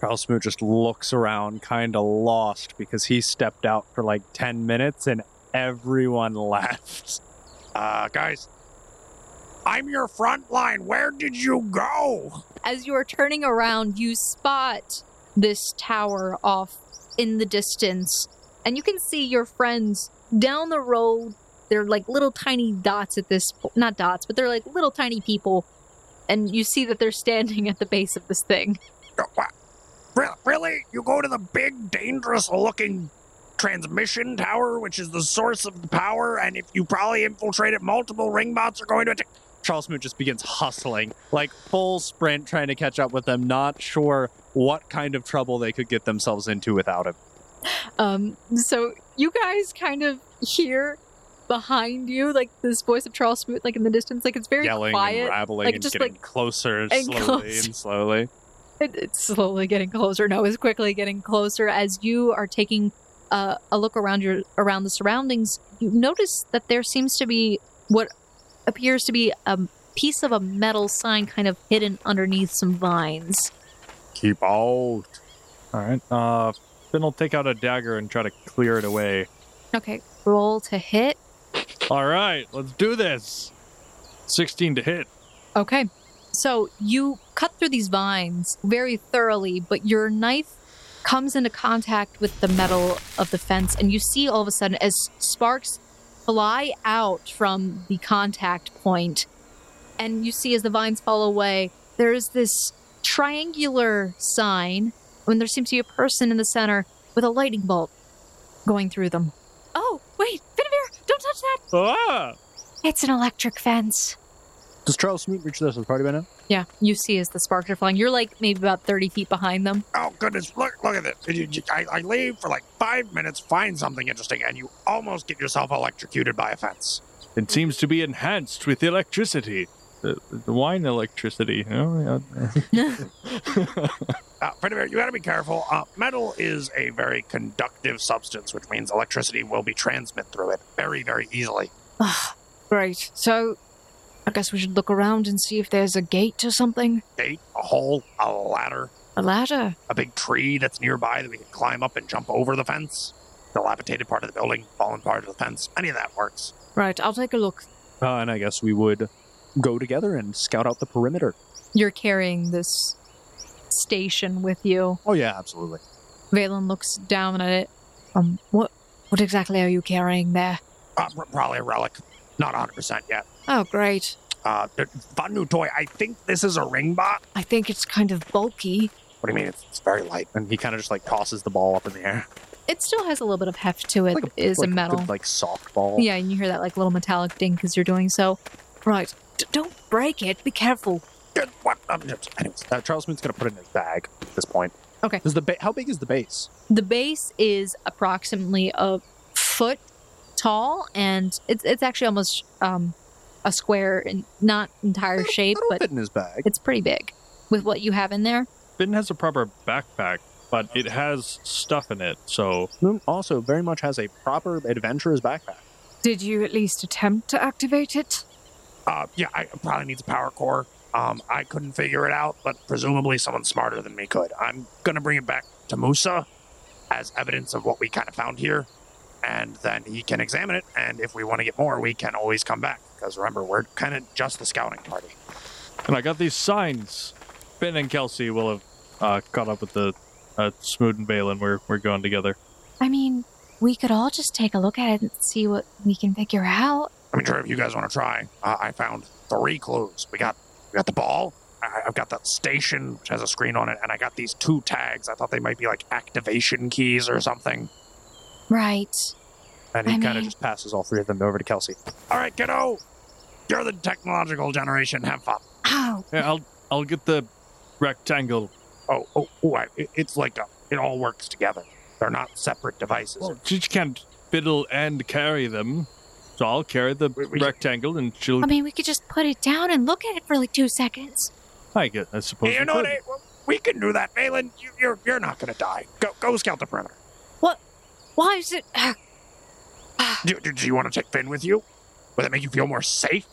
J: Charles Smoot just looks around, kind of lost, because he stepped out for like 10 minutes and everyone left.
A: uh, guys, I'm your front line. Where did you go?
L: As you are turning around, you spot this tower off in the distance, and you can see your friends down the road. They're like little tiny dots at this po- not dots, but they're like little tiny people, and you see that they're standing at the base of this thing.
A: Uh, wha- Re- Really? You go to the big, dangerous looking transmission tower, which is the source of the power, and if you probably infiltrate it, multiple ring bots are going to attack.
J: Charles Smoot just begins hustling, like full sprint, trying to catch up with them, not sure what kind of trouble they could get themselves into without him.
L: Um, so you guys kind of hear behind you like this voice of Charles Smoot, like in the distance, like it's very
J: Yelling and
L: quiet.
J: rattling
L: like,
J: and
L: just,
J: getting
L: like,
J: closer
L: and
J: slowly
L: closer.
J: and slowly.
L: It, it's slowly getting closer. No, it's quickly getting closer. As you are taking uh, a look around your around the surroundings, you notice that there seems to be what appears to be a piece of a metal sign, kind of hidden underneath some vines.
J: Keep out.
G: All right. Uh, Finn will take out a dagger and try to clear it away.
L: Okay, roll to hit.
G: All right, let's do this. 16 to hit.
L: Okay. So you cut through these vines very thoroughly, but your knife comes into contact with the metal of the fence, and you see all of a sudden as sparks fly out from the contact point, and you see as the vines fall away, there is this triangular sign when there seems to be a person in the center with a lightning bolt going through them.
B: Oh, wait, Finavir, don't touch that!
G: Ah!
B: It's an electric fence.
J: Does Charles Smoot reach this party by now?
L: Yeah, you see as the sparks are flying. You're like maybe about 30 feet behind them.
A: Oh, goodness. Look look at this. You- you- I, I leave for like five minutes, find something interesting, and you almost get yourself electrocuted by a fence.
G: It seems to be enhanced with electricity. The, the wine electricity. You know?
A: Uh, Fredivere, you gotta be careful. Uh, metal is a very conductive substance, which means electricity will be transmitted through it very, very easily.
B: Ugh, great. So, I guess we should look around and see if there's a gate or something.
A: Gate, a hole, a ladder,
B: A ladder.
A: a big tree that's nearby that we can climb up and jump over the fence. Dilapidated part of the building, fallen part of the fence, any of that works.
B: Right, I'll take a look.
J: Uh, and I guess we would go together and scout out the perimeter.
L: You're carrying this station with you.
J: Oh yeah, absolutely.
L: Valen looks down at it.
B: Um, what, what exactly are you carrying there?
A: Uh, pr- probably a relic. Not 100% yet.
B: Oh, great.
A: Uh, th- Vanu Toy, I think this is a ring bot.
B: I think it's kind of bulky.
A: What do you mean? It's, it's very light.
J: And he kind of just like tosses the ball up in the air.
L: It still has a little bit of heft to it.
J: Like
L: It is
J: like
L: a metal.
J: good, like soft ball.
L: yeah, and you hear that like little metallic ding because you're doing so.
B: Right, D- don't break it. Be careful.
A: Good, What? Um, just- anyways,
J: Uh, Charles Smith's gonna put it in his bag at this point.
L: Okay.
J: Is the ba- how big is the base?
L: The base is approximately a foot tall, and it's it's actually almost um, a square, in, not entire
J: That'll-
L: shape,
J: that'll
L: but
J: fit in his bag.
L: it's pretty big with what you have in there.
G: Finn has a proper backpack, but it has stuff in it. So
J: Moon also very much has a proper adventurer's backpack.
B: Did you at least attempt to activate it?
A: uh, yeah, I it probably needs a power core. Um, I couldn't figure it out, but presumably someone smarter than me could. I'm gonna bring it back to Musa as evidence of what we kind of found here, and then he can examine it. And if we want to get more, we can always come back. Because remember, we're kind of just the scouting party.
G: And I got these signs. Ben and Kelsey will have uh, caught up with the uh, Smoot and Balin. We're, we're going together.
B: I mean, we could all just take a look at it and see what we can figure out.
A: I mean, sure, if you guys want to try, uh, I found three clues. We got we got the ball. I, I've got the station, which has a screen on it, and I got these two tags. I thought they might be like activation keys or something.
B: Right.
J: And he
B: I
J: kind of
B: mean-
J: just passes all three of them over to Kelsey.
A: All right, kiddo, you're the technological generation. Have fun.
B: Oh,
G: Yeah, I'll I'll get the rectangle.
A: Oh, oh, oh I, it- it's like a, it all works together. They're not separate devices.
G: Well, she can't fiddle and carry them, so I'll carry the
A: We- we-
G: rectangle, and she'll.
B: I mean, we could just put it down and look at it for like two seconds.
G: I get. I suppose.
A: Hey, you
G: we
A: know what?
G: could.
A: hey, well, we can do that, Malin. You, you're you're not gonna die. Go go scout the perimeter.
B: Why is it? uh,
A: Do, do, do you want to take Finn with you? Will that make you feel more safe?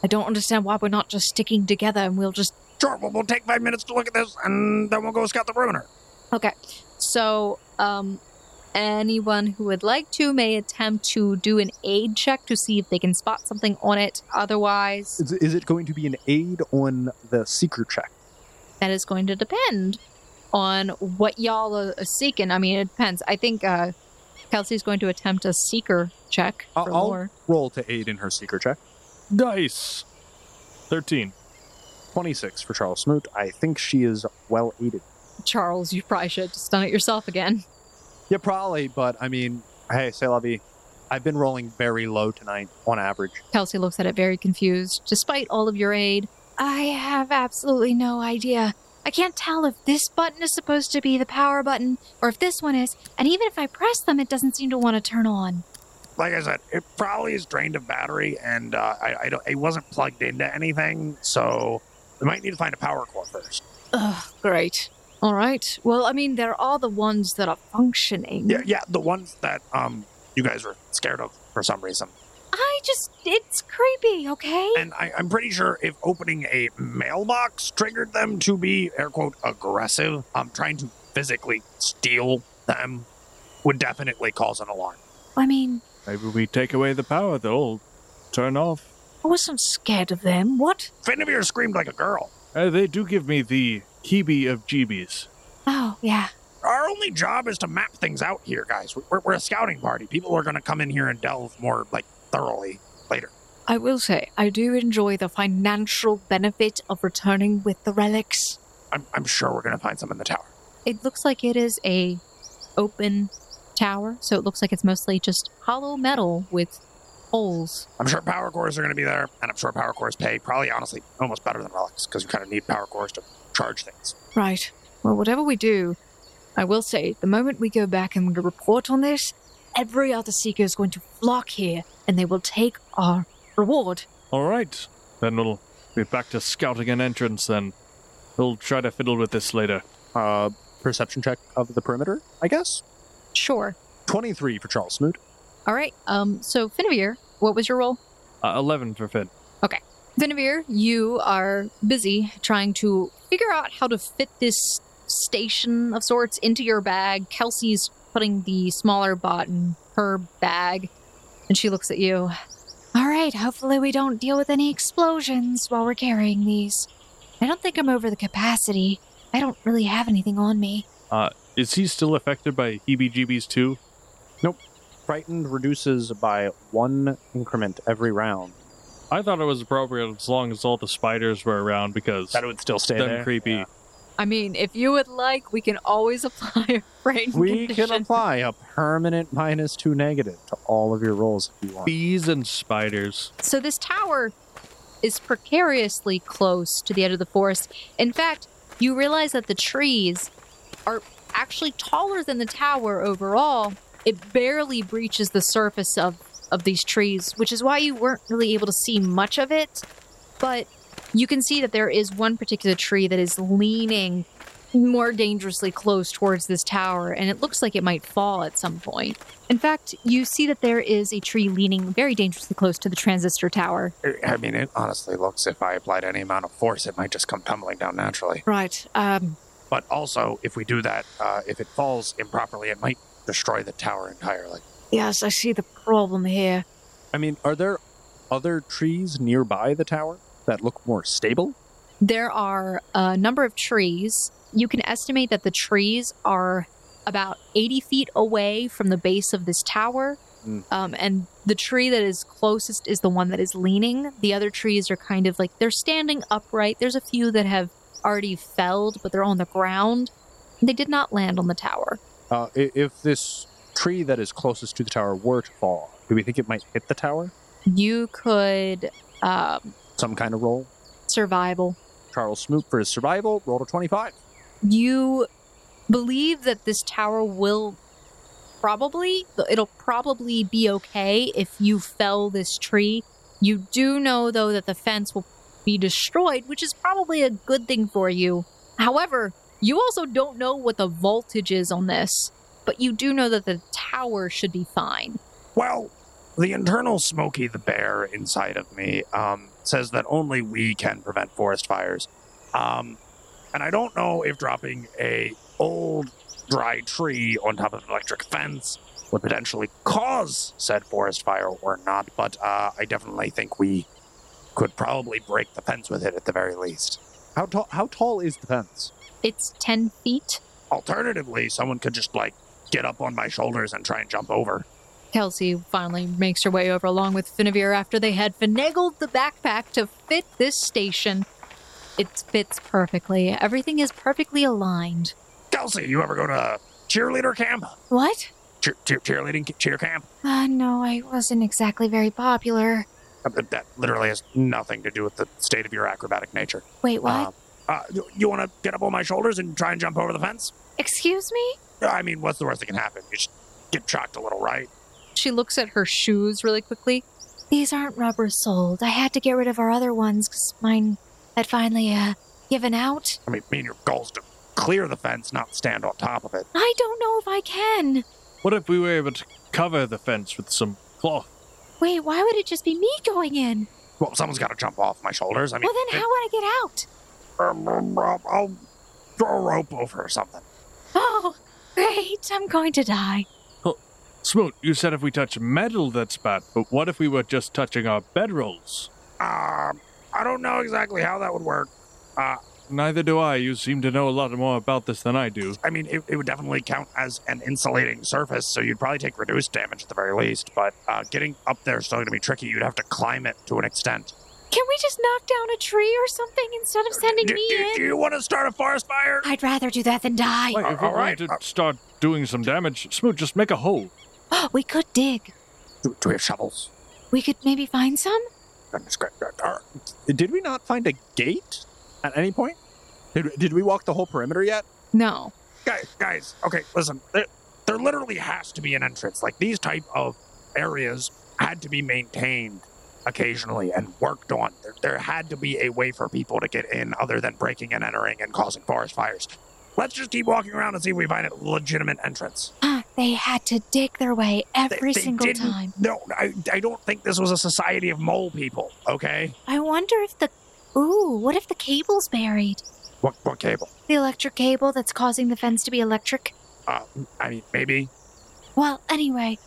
B: I don't understand why we're not just sticking together and we'll just.
A: Sure. Well, we'll take five minutes to look at this, and then we'll go scout the perimeter.
L: So, um, anyone who would like to may attempt to do an aid check to see if they can spot something on it. Otherwise,
J: Is, is it going to be an aid on the secret check?
L: that is going to depend on what y'all are are seeking. I mean, it depends. I think uh, Kelsey's going to attempt a seeker check
J: I'll-
L: for
J: I'll-
L: lore.
J: Roll to aid in her secret check.
A: eh?
G: Nice. Thirteen.
J: 26 for Charles Smoot. I think she is well aided.
L: Charles, you probably should have just done it yourself again.
J: Yeah, probably, but I mean, hey, say lovey. I've been rolling very low tonight on average.
L: Kelsey looks at it very confused. Despite all of your aid,
B: I have absolutely no idea. I can't tell if this button is supposed to be the power button or if this one is, and even if I press them, it doesn't seem to want to turn on.
A: Like I said, it probably is drained of battery, and uh, I, I don't. It wasn't plugged into anything, so we might need to find a power core first.
B: Ugh, great. All right. Well, I mean, there are the ones that are functioning.
A: Yeah, yeah. The ones that um you guys were scared of for some reason.
B: I just. It's creepy, okay?
A: And I, I'm pretty sure if opening a mailbox triggered them to be, air quote, aggressive, um, trying to physically steal them would definitely cause an alarm.
B: I mean,
G: Maybe we take away the power. They'll turn off.
B: I wasn't scared of them. What?
A: Finnevere screamed like a girl.
G: Uh, they do give me the heebie of jeebies.
B: Oh, yeah.
A: Our only job is to map things out here, guys. We're, we're a scouting party. People are going to come in here and delve more, like, thoroughly.
B: I will say, I do enjoy the financial benefit of returning with the relics.
A: I'm, I'm sure we're going to find some in the tower.
L: it looks like it is a open tower, so it looks like it's mostly just hollow metal with holes.
A: I'm sure power cores are going to be there, and I'm sure power cores pay probably, honestly, almost better than relics because you kind of need power cores to charge things.
B: Right. Well, whatever we do, I will say, the moment we go back and report on this, every other seeker is going to flock here and they will take our Reward.
G: All right. Then we'll be back to scouting an entrance then. We'll try to fiddle with this later.
J: Uh, perception check of the perimeter, I guess.
L: Sure.
J: 23 for Charles Smoot.
L: All right. Um. So Finavir, what was your role?
G: Uh, 11 for Finn.
L: Finavir, you are busy trying to figure out how to fit this station of sorts into your bag. Kelsey's putting the smaller bot in her bag, and she looks at you.
B: All right, hopefully we don't deal with any explosions while we're carrying these. I don't think I'm over the capacity. I don't really have anything on me.
G: Is he still affected by heebie jeebies too?
J: Frightened reduces by one increment every round.
G: I thought it was appropriate as long as all the spiders were around because
J: That would still stay
G: them
J: there.
G: creepy.
J: Yeah.
L: I mean, if you would like, we can always apply a brain
J: We can
L: condition.
J: apply a permanent minus two negative to all of your rolls if you want.
G: Bees and spiders.
L: So this tower is precariously close to the edge of the forest. In fact, you realize that the trees are actually taller than the tower overall. It barely breaches the surface of, of these trees, which is why you weren't really able to see much of it. But you can see that there is one particular tree that is leaning more dangerously close towards this tower, and it looks like it might fall at some point. In fact, you see that there is a tree leaning very dangerously close to the transistor tower.
A: I mean, it honestly looks if I applied any amount of force, it might just come tumbling down naturally.
B: Right, um,
A: But also, if we do that, uh, if it falls improperly, it might destroy the tower entirely.
B: yes, I see the problem here.
J: I mean, are there other trees nearby the tower that look more stable?
L: There are a number of trees. You can estimate that the trees are about 80 feet away from the base of this tower.
J: Mm.
L: Um, and the tree that is closest is the one that is leaning. The other trees are kind of like they're standing upright. There's a few that have already felled, but they're on the ground. They did not land on the tower.
J: Uh, i- if this tree that is closest to the tower were to fall, do we think it might hit the tower?
L: You could um,
J: Some kind of roll?
L: survival.
J: Charles Smoot for his survival rolled a 25.
L: you believe that this tower will probably it'll probably be okay if you fell this tree you do know though that the fence will be destroyed which is probably a good thing for you however you also don't know what the voltage is on this but you do know that the tower should be fine
A: Well, the internal Smokey the Bear inside of me um, says that only we can prevent forest fires. Um, and I don't know if dropping a old dry tree on top of an electric fence would potentially cause said forest fire or not, but uh, I definitely think we could probably break the fence with it at the very least.
J: How tall? How tall is the fence?
L: it's 10 feet
A: Alternatively, someone could just like get up on my shoulders and try and jump over.
L: Kelsey finally makes her way over along with Finavir after they had finagled the backpack to fit this station. It fits perfectly. Everything is perfectly aligned.
A: Kelsey, you ever go to cheerleader camp?
B: What?
A: Cheer, cheer, cheerleading cheer camp?
B: Uh, no, I wasn't exactly very popular.
A: Uh, That that literally has nothing to do with the state of your acrobatic nature.
B: Wait, what?
A: Um, uh, you- you want to get up on my shoulders and try and jump over the fence?
B: Uh. Excuse me?
A: I mean, what's the worst that can happen? You should get shocked a little, right?
L: She looks at her shoes really quickly.
B: These aren't rubber soled. I had to get rid of our other ones because mine had finally, uh, given out.
A: I mean, me and your goal is to clear the fence, not stand on top of it.
B: I don't know if I can.
G: What if we were able to cover the fence with some cloth?
B: Wait, why would it just be me going in?
A: Well, someone's got to jump off my shoulders. I mean,
B: Well, then how would I get out?
A: how? I'll throw a rope over or something.
B: Oh, great. I'm going to die.
G: Smoot, you said if we touch metal, that's bad. But what if we were just touching our bedrolls?
A: Um, I don't know exactly how that would work.
G: Neither do I. You seem to know a lot more about this than I do.
A: I mean, it, it would definitely count as an insulating surface, so you'd probably take reduced damage at the very least. But uh, getting up there is still going to be tricky. You'd have to climb it to an extent.
B: Can we just knock down a tree or something instead of sending
A: do,
B: me
A: do- do
B: in?
A: you want to start a forest fire?
B: I'd rather do that than die.
G: Wait, if we
A: all right,
G: wanted
A: uh,
G: to start doing some damage, Smoot, just make a hole.
B: We could dig.
A: Do, do we have shovels?
B: We could maybe find some?
A: Goodness gra- gra- ar-
J: Did we not find a gate at any point? Did, did we walk the whole perimeter yet?
L: No.
A: Guys, guys, okay, listen. There, there literally has to be an entrance. Like, these type of areas had to be maintained occasionally and worked on. There, there had to be a way for people to get in other than breaking and entering and causing forest fires. Let's just keep walking around and see if we find a legitimate entrance.
B: Ah, They had to dig their way every
A: they
B: single
A: didn't-
B: time.
A: No, I, I don't think this was a society of mole people, okay?
B: I wonder if the. Ooh, what if the cable's buried?
A: What, what cable?
B: The electric cable that's causing the fence to be electric?
A: I mean, maybe.
B: Well, anyway,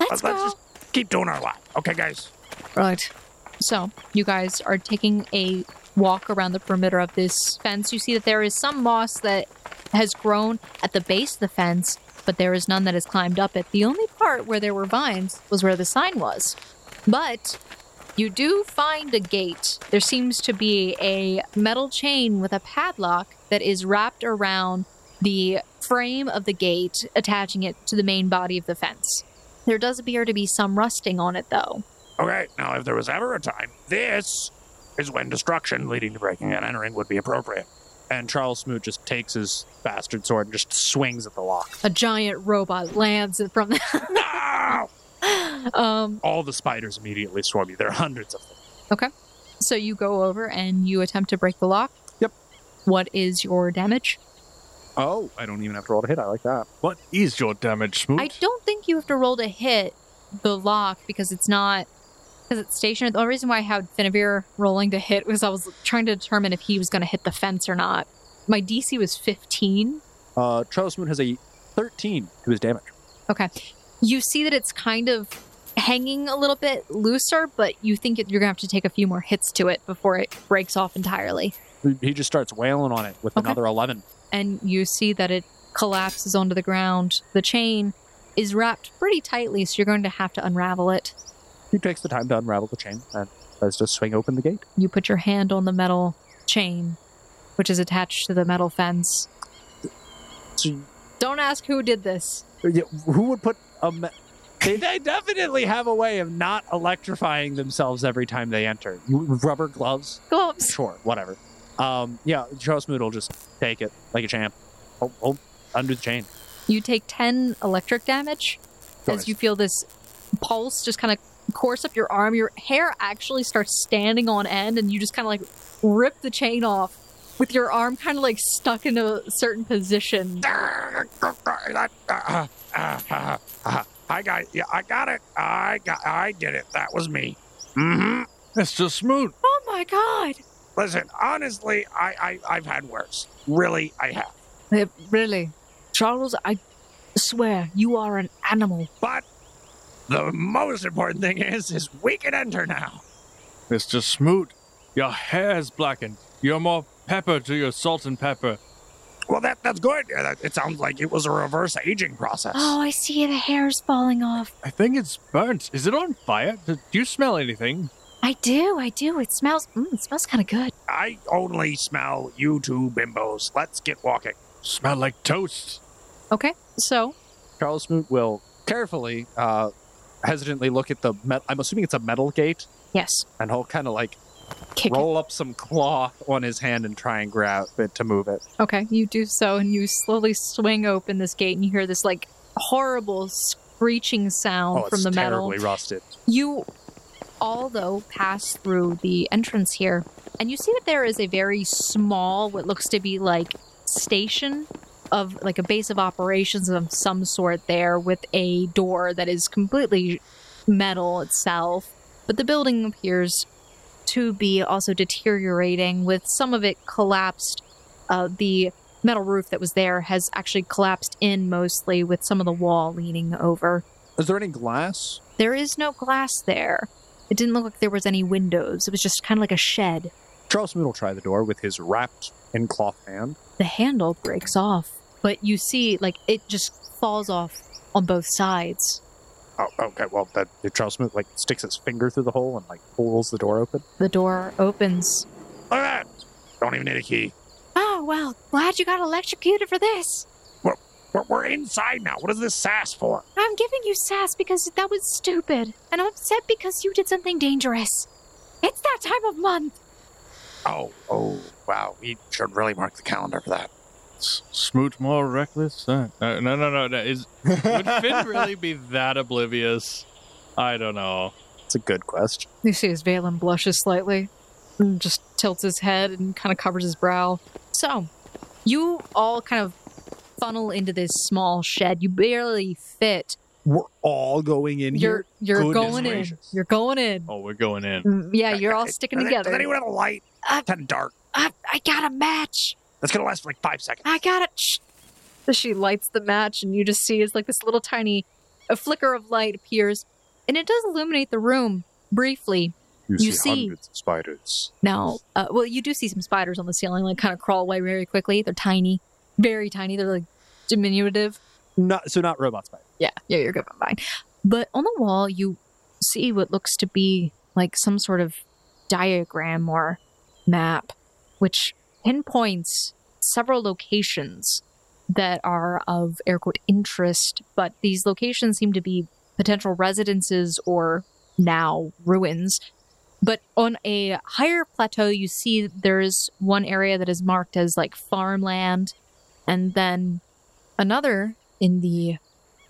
B: let's
A: Uh, let's
B: go.
A: just- Keep doing our lap, okay, guys?
L: Right. So, you guys are taking a walk around the perimeter of this fence. You see that there is some moss that has grown at the base of the fence, but there is none that has climbed up it. The only part where there were vines was where the sign was. But you do find a gate. There seems to be a metal chain with a padlock that is wrapped around the frame of the gate, attaching it to the main body of the fence. There does appear to be some rusting on it, though.
A: Okay, now if there was ever a time, this is when destruction leading to breaking and entering would be appropriate.
J: And Charles Smoot just takes his bastard sword and just swings at the lock.
L: a giant robot lands from
A: No!
L: um
J: All the spiders immediately swarm you. There are hundreds of them.
L: so you go over and you attempt to break the lock
J: Yep.
L: what is your damage
J: Oh, I don't even have to roll to hit. I like that.
G: What is your damage, Smoot?
L: i don't think you have to roll to hit the lock because it's not because it's stationary the only reason why i had Finavir rolling to hit was i was trying to determine if he was going to hit the fence or not my dc was 15
J: Uh, Charles Smoot has a 13 to his damage.
L: you see that it's kind of hanging a little bit looser but you think it, you're going to have to take a few more hits to it before it breaks off entirely
J: He just starts wailing on it with
L: Okay.
J: another 11.
L: and you see that it collapses onto the ground. The chain is wrapped pretty tightly, so you're going to have to unravel it.
J: He takes the time to unravel the chain and tries to swing open the gate.
L: You put your hand on the metal chain, which is attached to the metal fence.
J: So,
L: Don't ask who did this.
J: Uh, yeah, who would put a. Me- they, they definitely have a way of not electrifying themselves every time they enter. You, rubber gloves?
L: Gloves.
J: Sure, whatever. Um, yeah, Charles Smoot will just take it like a champ. Oh, oh, undo the chain.
L: You take 10 electric damage as
J: Nice.
L: you feel this pulse just kind of course up your arm. Your hair actually starts standing on end, and you just kind of like rip the chain off with your arm kind of like stuck in a certain position.
A: I got, yeah, I got it. I got, I did it. That was me. hmm
G: Mr. Smoot,
B: Oh my god!
A: Listen, honestly, I, I, I've had worse. Really, I have.
L: Uh, really? Charles, I swear you are an animal.
A: But the most important thing is, is we can enter now.
G: Mr. Smoot, your hair's blackened. You're more pepper to your salt and pepper.
A: Well, that, that's good. Yeah, that- It sounds like it was a reverse aging process.
B: Oh, I see the hair's falling off.
G: I think it's burnt. Is it on fire? Do do you smell anything?
B: I do, I do. It smells. Mm, it smells kind of good.
A: I only smell you two bimbos. Let's get walking.
G: Smell like toast.
L: Okay, so
J: Charles Smoot will carefully, uh, hesitantly look at the. Met- I'm assuming it's a metal gate,
L: yes,
J: and he'll kind of like
L: kick
J: roll up some cloth on his hand and try and grab it to move it.
L: it. Okay, you do so, and you slowly swing open this gate, and you hear this like horrible screeching sound
J: oh,
L: from
J: it's
L: the metal.
J: terribly rusted.
L: You all, though, pass through the entrance here, and you see that there is a very small, what looks to be like station of like a base of operations of some sort there with a door that is completely metal itself. But the building appears to be also deteriorating, with some of it collapsed. Uh, the metal roof that was there has actually collapsed in mostly, with some of the wall leaning over.
J: Is there any glass?
L: There is no glass there. It didn't look like there was any windows. It was just kind of like a shed.
J: Charles Smoot will try the door with his wrapped in cloth hand.
L: The handle breaks off, but you see, like, it just falls off on both sides.
J: Oh, okay. Well, that Charles Smoot like sticks his finger through the hole and like pulls the door open.
L: The door opens.
A: Look at that. Don't even need a key.
B: Oh well, glad you got electrocuted for this.
A: We're, we're inside now. What is this sass for?
B: I'm giving you sass because that was stupid, and I'm upset because you did something dangerous. It's that time of month.
A: Oh, oh, wow. We should really mark the calendar for that.
G: S- Smoot more reckless? Uh, uh, no, no, no. no. Is, would Finn really be that oblivious? I don't know.
J: That's a good question.
L: You see as Valen blushes slightly and just tilts his head and kind of covers his brow. So, you all kind of funnel into this small shed. You barely fit.
J: We're all going in
L: You're
J: here.
L: you're
J: Goodness
L: going
J: gracious.
L: in. You're going in.
G: Oh, we're going in.
L: Mm, Yeah, you're all sticking
A: Does it-
L: together.
A: Does anyone have a light?
B: Uh,
A: it's kind of dark.
B: I, I got a match.
A: That's gonna last for like five seconds.
B: I got it.
L: So she lights the match, and you just see it's like this little tiny, a flicker of light appears, and it does illuminate the room briefly. You see see- hundreds
M: of spiders.
L: Now, uh, well, you do see some spiders on the ceiling, like kind of crawl away very quickly. They're tiny, very tiny. They're like diminutive.
J: Not so not robot spider.
L: Yeah, yeah, you're good. Fine. But on the wall, you see what looks to be like some sort of diagram or map, which pinpoints several locations that are of air quote interest, but these locations seem to be potential residences or now ruins. But on a higher plateau, you see there is one area that is marked as like farmland, and then another in the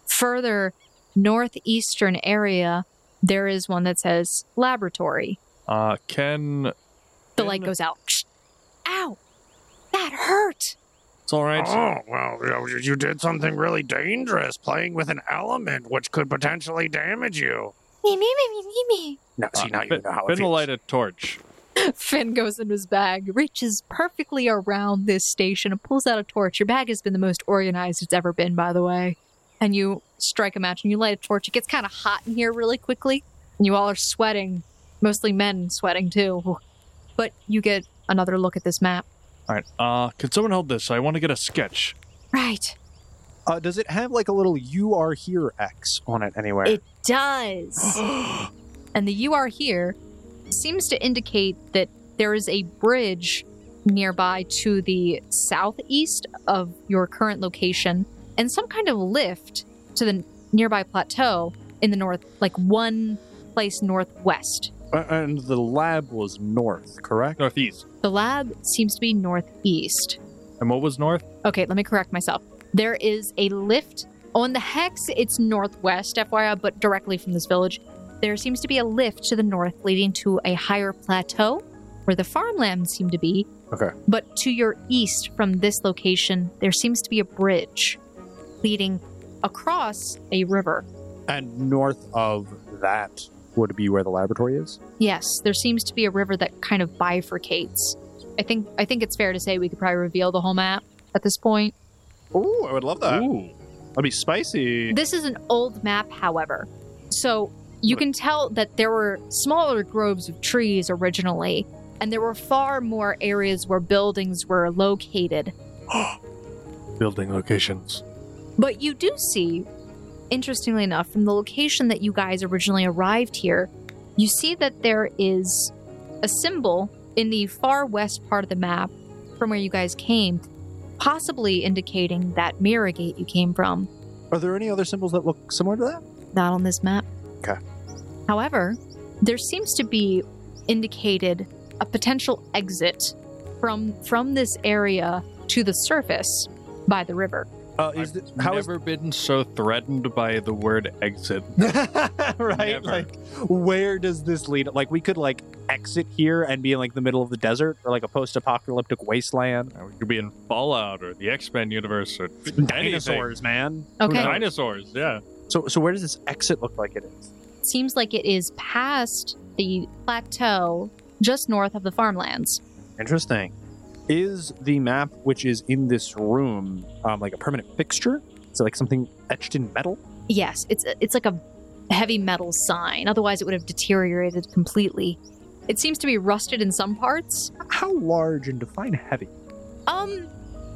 L: further northeastern area, there is one that says laboratory.
G: Uh, can
L: The
G: In
L: light
G: the-
L: goes out.
B: Ow. That hurt.
G: it's all right?
A: Oh well, you know, you- you did something really dangerous, playing with an element which could potentially damage you.
B: Me, me, me, me, me, me.
A: No, see, now you
G: Fin-
A: know how it
G: Finn will
A: feels.
G: light a torch.
L: Finn goes into his bag, reaches perfectly around this station, and pulls out a torch. Your bag has been the most organized it's ever been, by the way. And you strike a match and you light a torch. It gets kind of hot in here really quickly, and you all are sweating, mostly men sweating too. But you get another look at this map.
G: All right. Uh, can someone hold this? I want to get a sketch.
B: Right.
J: Uh, does it have like a little "You are here" X on it anywhere?
L: It does. and the you are here seems to indicate that there is a bridge nearby to the southeast of your current location and some kind of lift to the nearby plateau in the north, like one place northwest.
J: Uh, and the lab was north, correct?
G: Northeast.
L: The lab seems to be northeast.
G: And what was north?
L: Okay, let me correct myself. There is a lift on the hex. It's northwest, FYI, but directly from this village. There seems to be a lift to the north leading to a higher plateau where the farmlands seem to be.
J: Okay.
L: But to your east from this location, there seems to be a bridge leading across a river.
J: And north of that would be where the laboratory is.
L: Yes, there seems to be a river that kind of bifurcates. I think I think it's fair to say we could probably reveal the whole map at this point.
J: Ooh, I would love
G: Ooh.
J: That'd be spicy.
L: This is an old map, however. So you can tell that there were smaller groves of trees originally, and there were far more areas where buildings were located.
G: Building locations.
L: But you do see, interestingly enough, from the location that you guys originally arrived here, you see that there is a symbol in the far west part of the map from where you guys came, possibly indicating that mirror gate you came from.
J: Are there any other symbols that look similar to that?
L: not on this map.
J: Okay.
L: However, there seems to be indicated a potential exit from from this area to the surface by the river.
J: Uh,
G: I've
J: is th- how is
G: never been so threatened by the word exit.
J: right?
G: Never.
J: Like, where does this lead? Like, we could like exit here and be in like the middle of the desert or like a post-apocalyptic wasteland.
G: Uh, We could be in Fallout or the X Men universe or
J: Dinosaurs, man.
L: Okay.
G: Dinosaurs. Yeah.
J: So, so where does this exit look like it is?
L: Seems like it is past the plateau just north of the farmlands.
J: Interesting. Is the map which is in this room um, like a permanent fixture? Is it like something etched in metal?
L: Yes, it's it's like a heavy metal sign. Otherwise it would have deteriorated completely. It seems to be rusted in some parts,
J: How large and define heavy?
L: Um,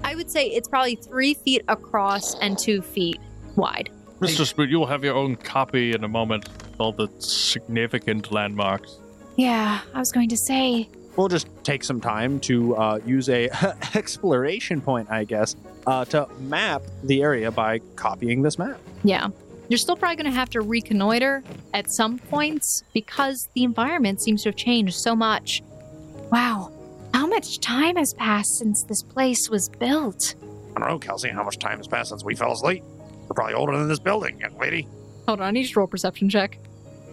L: I would say it's probably three feet across and two feet wide.
G: Mr. Spoot, you will have your own copy in a moment. with All the significant landmarks.
B: Yeah, I was going to say.
J: We'll just take some time to uh, use a exploration point, I guess, uh, to map the area by copying this map.
L: Yeah. You're still probably going to have to reconnoiter at some points because the environment seems to have changed so much.
B: Wow. How much time has passed since this place was built?
A: I don't know, Kelsey, how much time has passed since we fell asleep. We're probably older than this building, young lady.
L: Hold on, I need to roll a perception check.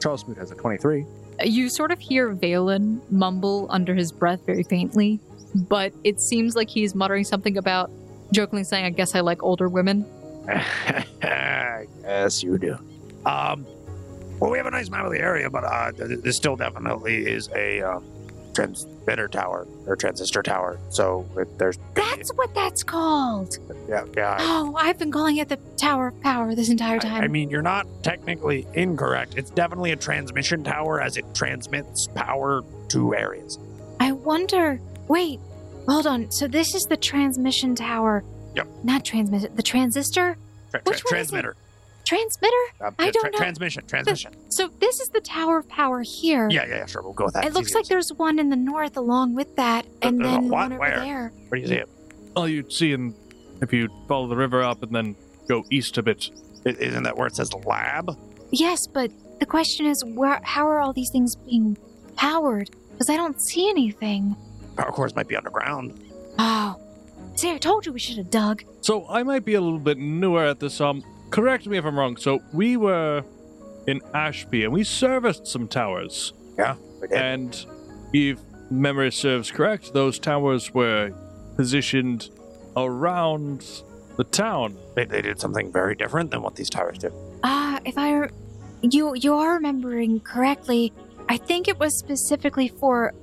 J: Charles Smoot has a 23.
L: You sort of hear Valen mumble under his breath very faintly, but it seems like he's muttering something about jokingly saying, I guess I like older women.
A: yes, you do. Um, well, we have a nice map of the area, but uh, th- th- this still definitely is a um, transmitter tower or transistor tower. So it, there's
B: That's what that's called.
A: yeah, yeah. I-
B: Oh, I've been calling it the Tower of Power this entire
A: I, I
B: time.
A: mean, you're not technically incorrect. It's definitely a transmission tower as it transmits power to areas.
B: I wonder. Wait, hold on. So this is the transmission tower.
A: Yep.
B: Not transmitter. The transistor?
A: Tra-
B: Which one is it?
A: transmitter.
B: Transmitter?
A: Uh,
B: I
A: yeah,
B: don't know.
A: Transmission. Transmission.
B: So this is the Tower of Power here.
A: Yeah, yeah, yeah. Sure, we'll go with that.
B: It
A: It's
B: looks
A: easier.
B: like there's one in the north along with that, and
A: there's a
B: then
A: Uh, what?
B: one over
A: Where?
B: there.
A: Where do you see it?
G: All you'd see in, if you follow the river up and then go east a bit.
A: I- Isn't that where it says lab?
B: Yes, but the question is, where? How are all these things being powered? Because I don't see anything.
A: Power cores might be underground.
B: Oh, see, I told you we should have dug.
G: So I might be a little bit newer at this. Um, correct me if I'm wrong. So we were in Ashby and we serviced some towers.
A: We did.
G: And if memory serves correct, those towers were positioned around the town.
A: They, they did something very different than what these towers did.
B: Ah, if I, re- you you are remembering correctly, I think it was specifically for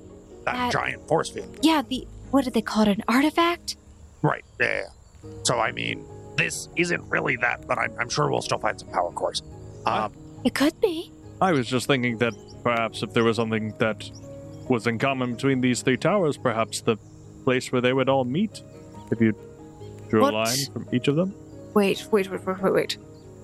A: That
B: That-
A: giant force field.
B: yeah the what did they call it an artifact?
A: Right. Yeah. yeah. So I mean, this isn't really that, but I'm, I'm sure we'll still find some power cores. Um,
B: It could be.
G: I was just thinking that perhaps if there was something that was in common between these three towers, perhaps the place where they would all meet, if you drew
B: What?
G: a line from each of them.
B: Wait, wait, wait, wait, wait, wait.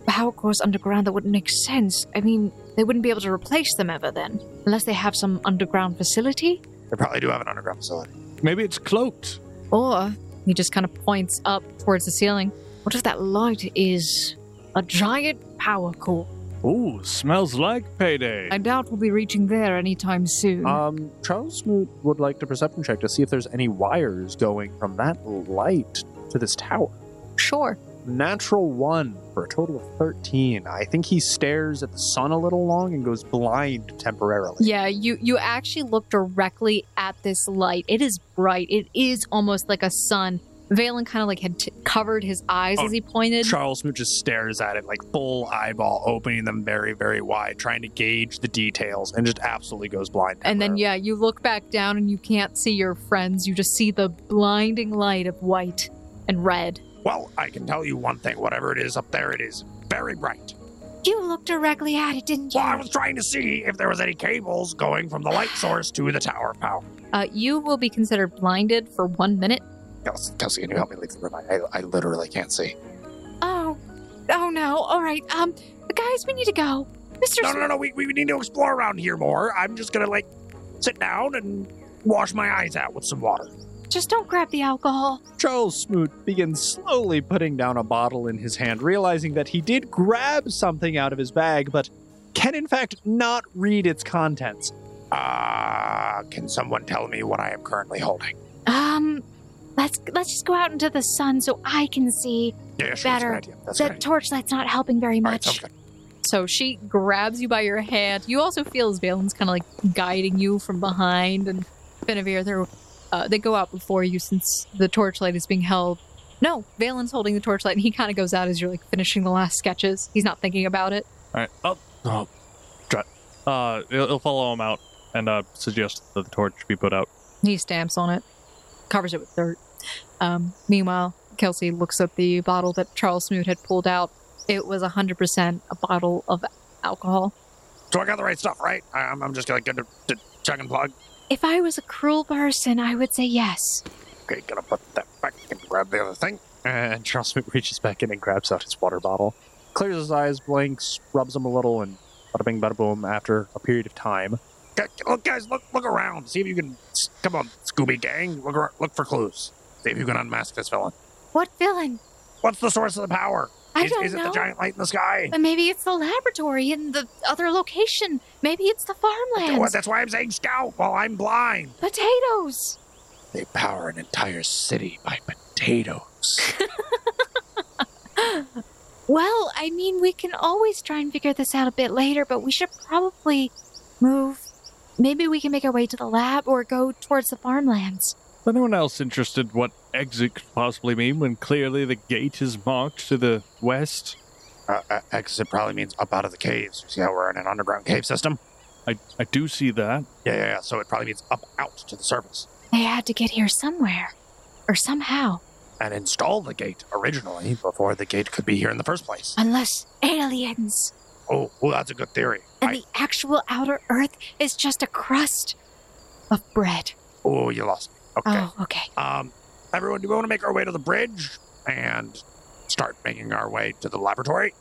B: Power cores underground that wouldn't make sense. I mean, they wouldn't be able to replace them ever then, unless they have some underground facility.
A: they probably do have an underground facility.
G: Maybe it's cloaked.
L: Or he just kind of points up towards the ceiling. What if that light is a giant power core?
G: Ooh, smells like payday.
L: I doubt we'll be reaching there anytime soon.
J: Um, Charles Smoot would like to perception check to see if there's any wires going from that light to this tower.
L: sure.
J: Natural one for a total of 13. I think he stares at the sun a little long and goes blind temporarily.
L: Yeah, you you actually look directly at this light. It is bright. It is almost like a sun. Valen kind of like had t- covered his eyes
A: Oh,
L: as he pointed.
A: Charles Smoot just stares at it, like full eyeball, opening them very, very wide, trying to gauge the details, and just absolutely goes blind.
L: and then
A: temporarily.
L: yeah, you look back down and you can't see your friends. You just see the blinding light of white and red.
A: Well, I can tell you one thing. Whatever it is up there, it is very bright.
B: You looked directly at it, didn't you?
A: Well, I was trying to see if there was any cables going from the light source to the tower of power.
L: Uh, you will be considered blinded for one minute.
A: Kelsey, Kelsey, can you help me leave the room? I, I, I literally can't see.
B: Oh, oh no. All right. Um, guys, we need to go. Mr.
A: No, no, no, no. We, we need to explore around here more. I'm just gonna like sit down and wash my eyes out with some water.
B: Sm- just don't grab the alcohol.
J: Charles Smoot begins slowly putting down a bottle in his hand, realizing that he did grab something out of his bag, but can in fact not read its contents.
A: Uh, can someone tell me what I am currently holding?
B: Um, let's let's just go out into the sun so I can see.
A: Yeah, sure, that's a
B: Better.
A: good idea. That's a
B: The
A: good idea.
B: torchlight's not helping very
A: All right, sounds
B: much.
A: good.
L: So she grabs you by your hand. You also feel as Valen's kind of like guiding you from behind, and Benavir, they're, uh, they go out before you since the torchlight is being held. No, Valen's holding the torchlight, and he kind of goes out as you're like finishing the last sketches. He's not thinking about it.
G: All right. Oh, oh, dr- uh, he'll, he'll follow him out and uh, suggest that the torch be put out.
L: He stamps on it, covers it with dirt. Um, meanwhile, Kelsey looks at the bottle that Charles Smoot had pulled out. It was 100% a bottle of alcohol.
A: So I got the right stuff, right? I, I'm, I'm just gonna get to, to check and plug.
B: If I was a cruel person, I would say yes.
A: Okay, gonna put that back and grab the other thing.
J: And Charles Smoot reaches back in and grabs out his water bottle, clears his eyes, blinks, rubs them a little, and bada bing, bada boom, after a period of time.
A: Okay, look, guys, look, look around. See if you can. Come on, Scooby Gang. Look, ar- look for clues. See if you can unmask this villain.
B: What villain?
A: What's the source of the power?
B: I
A: is
B: don't
A: is
B: know.
A: it the giant light in the sky?
B: But maybe it's the laboratory in the other location. Maybe it's the
A: Well,
B: farmlands.
A: that's why I'm saying scout while I'm blind.
B: Potatoes.
A: They power an entire city by potatoes.
B: Well, I mean, we can always try and figure this out a bit later, but we should probably move. Maybe we can make our way to the lab or go towards the farmlands.
G: Is anyone else interested what exit could possibly mean when clearly the gate is marked to the west?
A: Uh, uh, exit probably means up out of the caves. You see how we're in an underground cave system?
G: I, I do see that.
A: Yeah, yeah, yeah. So it probably means up out to the surface.
B: They had to get here somewhere or somehow,
A: And install the gate originally before the gate could be here in the first place.
B: unless aliens
A: Oh, well, that's a good theory.
B: and
A: I,
B: the actual outer earth is just a crust of bread.
A: oh, you lost me. Okay.
B: Oh, okay.
A: Um, everyone, do we want to make our way to the bridge and start making our way to the laboratory?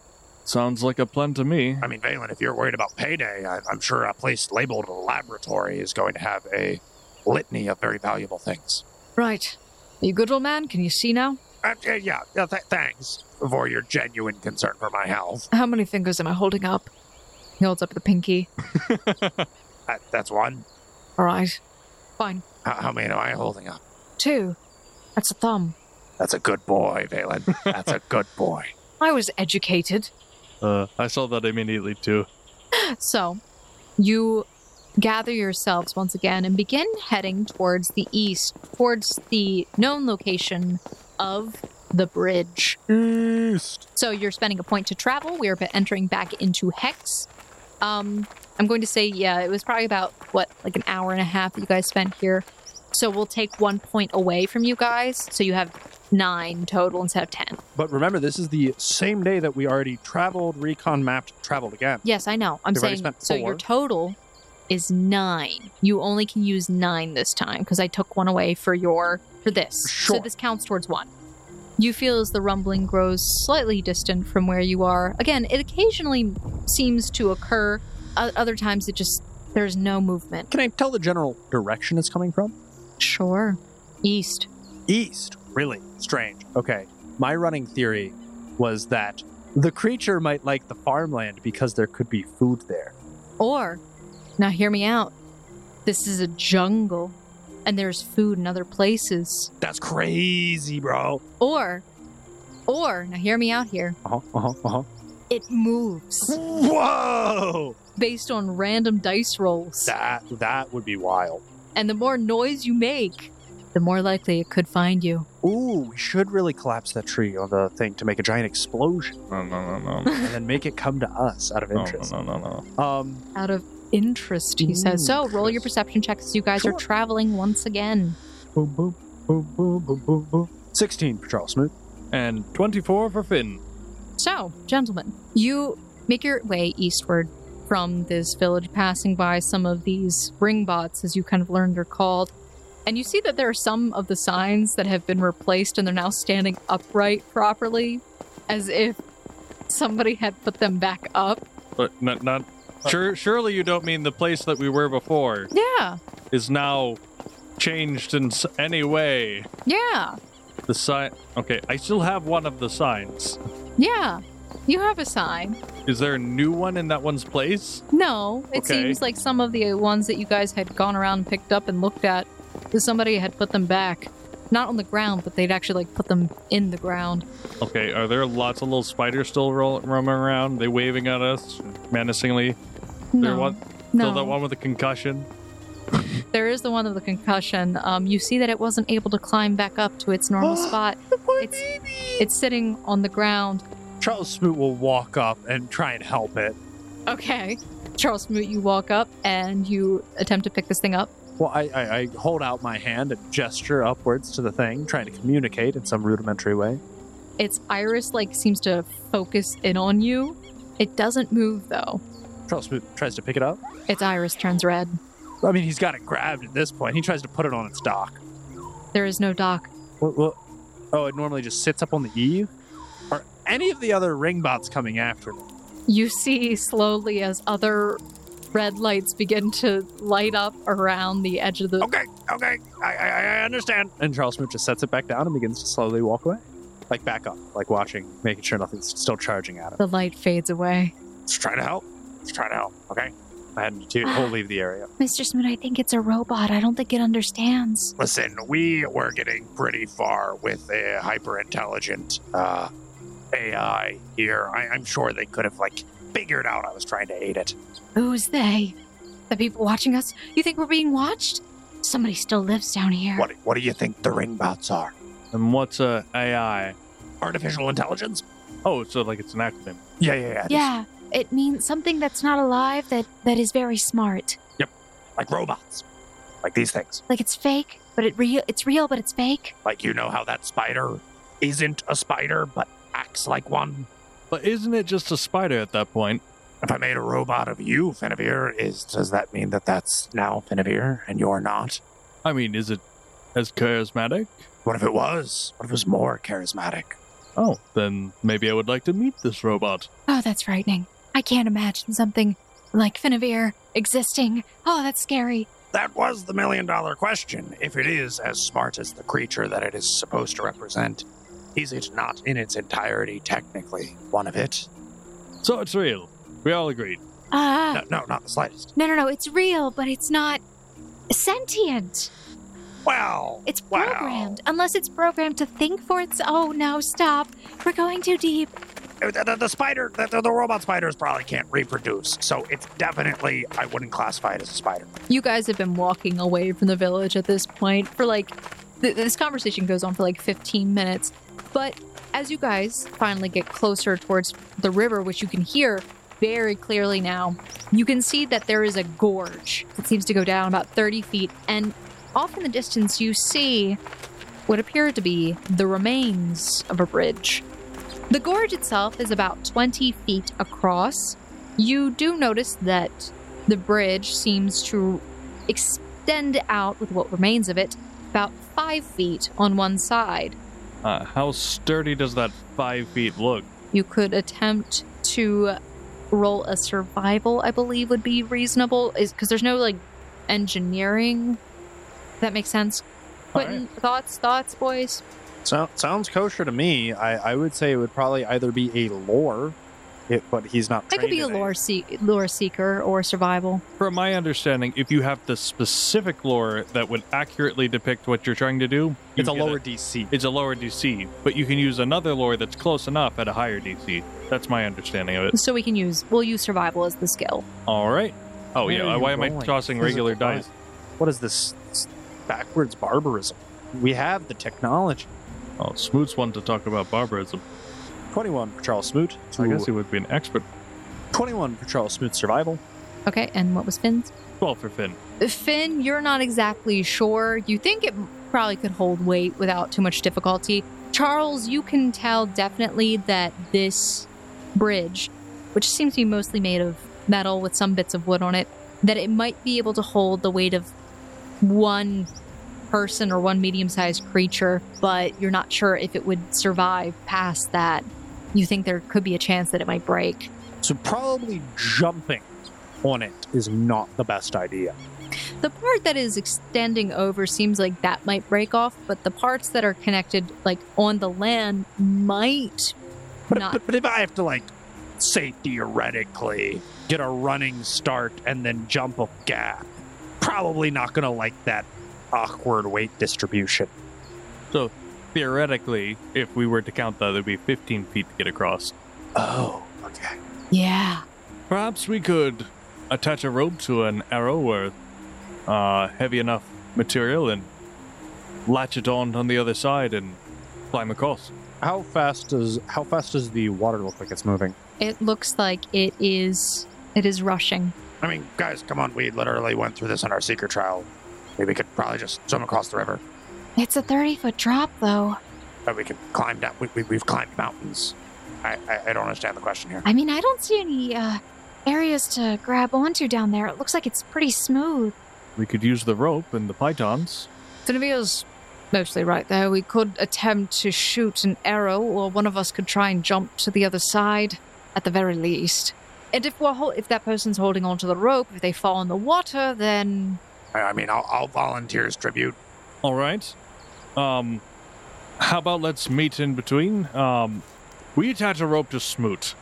G: Sounds like a plan to me.
A: I mean, Valen, if you're worried about payday, I, I'm sure a place labeled laboratory is going to have a litany of very valuable things.
L: Right. You good old man? Can you see now?
A: Uh, yeah, yeah, yeah, th- thanks for your genuine concern for my health.
L: How many fingers am I holding up? He holds up the pinky.
A: Uh, that's one.
L: All right. Fine.
A: How, how many am I holding up?
L: Two. That's a thumb.
A: That's a good boy, Valen. That's a good boy.
L: I was educated.
G: Uh, I saw that immediately too.
L: So, you gather yourselves once again and begin heading towards the east, towards the known location of the bridge.
J: East.
L: So, you're spending a point to travel. We are b- entering back into Hex. Um, I'm going to say, yeah, it was probably about, what, like an hour and a half that you guys spent here. So, we'll take one point away from you guys. So, you have nine total instead of ten.
J: But remember, this is the same day that we already traveled, recon mapped, traveled again.
L: Yes, I know. I'm
J: You've already
L: saying
J: spent
L: so
J: four.
L: your total is 9. You only can use 9 this time because I took one away for your for this.
J: Sure.
L: So this counts towards 1. You feel as the rumbling grows slightly distant from where you are. Again, it occasionally seems to occur. O- other times it just there's no movement.
J: Can I tell the general direction it's coming from?
L: Sure. East.
J: East. Really strange. Okay. My running theory was that the creature might like the farmland because there could be food there.
L: Or now hear me out. This is a jungle and there's food in other places.
A: That's crazy, bro.
L: Or, or, now hear me out here,
J: Uh huh. Uh huh. Uh huh.
L: it moves
J: Whoa!
L: based on random dice rolls.
J: That that would be wild.
L: And the more noise you make, the more likely it could find you.
J: Ooh, we should really collapse that tree on the thing to make a giant explosion
G: No, no, no, no.
J: and then make it come to us out of
G: No,
J: interest.
G: Oh, no, no, no.
J: Um,
L: Out of interest, he says. So roll your perception checks as you guys are
J: Sure.
L: traveling once again.
J: boom, boom, boom, boom, boom, boom, boom. Sixteen for Charles Smoot.
G: And 24 for Finn.
L: So, gentlemen, you make your way eastward from this village, passing by some of these ring bots, as you kind of learned are called. And you see that there are some of the signs that have been replaced and they're now standing upright properly, as if somebody had put them back up.
G: But not, not. Sure, surely you don't mean the place that we were before
L: Yeah,
G: is now changed in s- any way.
L: yeah,
G: The sign. Okay, I still have one of the signs.
L: yeah. You have a sign.
G: Is there a new one in that one's place?
L: No, it
G: Okay.
L: seems like some of the ones that you guys had gone around and picked up and looked at, somebody had put them back. Not on the ground, but they'd actually like put them in the ground.
G: Okay, are there lots of little spiders still roll- roaming around? They waving at us menacingly.
L: No,
G: There one,
L: no.
G: still that one with the concussion.
L: There is the one of the concussion. Um, you see that it wasn't able to climb back up to its normal spot. It's it's sitting on the ground.
J: Charles Smoot will walk up and try and help it.
L: Okay, Charles Smoot, you walk up and you attempt to pick this thing up.
J: Well, I, I, I hold out my hand and gesture upwards to the thing, trying to communicate in some rudimentary way.
L: Its iris like seems to focus in on you. It doesn't move though.
J: Charles Smoot tries to pick it up.
L: Its iris turns red.
J: I mean, he's got it grabbed at this point. He tries to put it on its dock.
L: There is no dock.
J: What, what? Oh, it normally just sits up on the eave? Are any of the other ring bots coming after me?
L: You see slowly as other red lights begin to light up around the edge of the
A: Okay, okay. I, I, I understand.
J: And Charles Smoot just sets it back down and begins to slowly walk away. Like back up, like watching, making sure nothing's still charging at him.
L: the light fades away.
A: Just trying to help. Just trying to help, okay?
J: And to, he'll leave the area.
B: Mr. Smoot, I think it's a robot. I don't think it understands.
A: Listen, we were getting pretty far with a hyper intelligent uh, AI here. I, I'm sure they could have like figured out I was trying to aid it.
B: Who's they? The people watching us? You think we're being watched? Somebody still lives down here.
A: What what do you think the ring bots are?
G: And what's a AI?
A: Artificial intelligence?
G: Oh, so like it's an acronym.
A: Yeah, yeah, yeah. it is.
B: Yeah, it means something that's not alive that that is very smart.
A: Like robots. Like these things.
B: Like it's fake, but it real. It's real, but it's fake.
A: Like you know how that spider isn't a spider but acts like one?
G: But isn't it just a spider at that point?
A: If I made a robot of you, Finavir, is does that mean that that's now Finavir and you're not?
G: I mean, is it as charismatic?
A: What if it was? What if it was more charismatic?
G: Oh, then maybe I would like to meet this robot.
B: Oh, that's frightening. I can't imagine something like Finavir existing. Oh, that's scary.
A: That was the million dollar question. If it is as smart as the creature that it is supposed to represent, is it not in its entirety technically one of it?
G: So it's real. We all agreed.
B: Ah,
A: No, no, not the slightest.
B: no, no, no. It's real, but it's not sentient.
A: Well,
B: It's
A: Wow.
B: programmed, unless it's programmed to think for its. Oh no! Stop. We're going too deep.
A: the, Uh, the, the spider, the, the- the robot spiders probably can't reproduce, so it's definitely, I wouldn't classify it as a spider.
L: You guys have been walking away from the village at this point for like, th- this conversation goes on for like 15 minutes. But as you guys finally get closer towards the river, which you can hear very clearly now, you can see that there is a gorge that seems to go down about 30 feet. And off in the distance, you see what appear to be the remains of a bridge. The gorge itself is about 20 feet across. You do notice that the bridge seems to extend out with what remains of it about five feet on one side.
G: Uh, how sturdy does that five feet look?
L: You could attempt to roll a survival, I believe would be reasonable, is because there's no like engineering. If that makes sense.
G: All
L: Quentin, thoughts, thoughts, boys.
J: So, sounds kosher to me. I, I would say it would probably either be a lore, it, but he's not.
L: That could
J: trained
L: be a
J: in it.
L: lore, see- lore seeker or survival.
G: From my understanding, if you have the specific lore that would accurately depict what you're trying to do, you
J: It's a
G: get
J: lower DC.
G: it's a lower DC, but you can use another lore that's close enough at a higher DC. That's my understanding of it.
L: So we can use, we'll use survival as the skill.
G: All right. Oh
J: Where
G: yeah.
J: are you
G: Why am I
J: going?
G: tossing
J: Physical
G: regular
J: dice.
G: dice?
J: What is this s- backwards barbarism? We have the technology.
G: Oh, Smoot's one to talk about barbarism.
J: Twenty-one for Charles Smoot.
G: I guess he would be an expert.
J: Twenty-one for Charles Smoot's survival.
L: Okay, and what was Finn's?
G: Twelve for Finn.
L: Finn, you're not exactly sure. You think it probably could hold weight without too much difficulty. Charles, you can tell definitely that this bridge, which seems to be mostly made of metal with some bits of wood on it, that it might be able to hold the weight of one person or one medium sized creature, but you're not sure if it would survive past that. You think there could be a chance that it might break.
J: So probably jumping on it is not the best idea.
L: The part that is extending over seems like that might break off, but the parts that are connected, like on the land, might.
A: But,
L: Not-
A: but, but if I have to, like, say theoretically, get a running start and then jump a gap, probably not going to like that awkward weight distribution.
G: Theoretically, if we were to count that, it'd be 15 feet to get across.
A: Oh, okay.
B: Yeah.
G: Perhaps we could attach a rope to an arrow or uh, heavy enough material and latch it on on the other side and climb across.
J: How fast does how fast does the water look like it's moving?
L: It looks like it is. It is rushing.
A: I mean, guys, come on. We literally went through this in our seeker trial. Maybe we could probably just swim across the river.
B: It's a thirty-foot drop, though.
A: Or we could climb down. We, we, we've climbed mountains. I, I, I don't understand the question here.
B: I mean, I don't see any uh, areas to grab onto down there. It looks like it's pretty smooth.
G: We could use the rope and the pythons.
L: Finnevere's mostly right there. We could attempt to shoot an arrow, or one of us could try and jump to the other side, at the very least. And if we're hol- if that person's holding onto the rope, if they fall in the water, then
A: I, I mean, I'll, I'll volunteer as tribute.
G: All right. Um, how about let's meet in between? Um, we attach a rope to Smoot.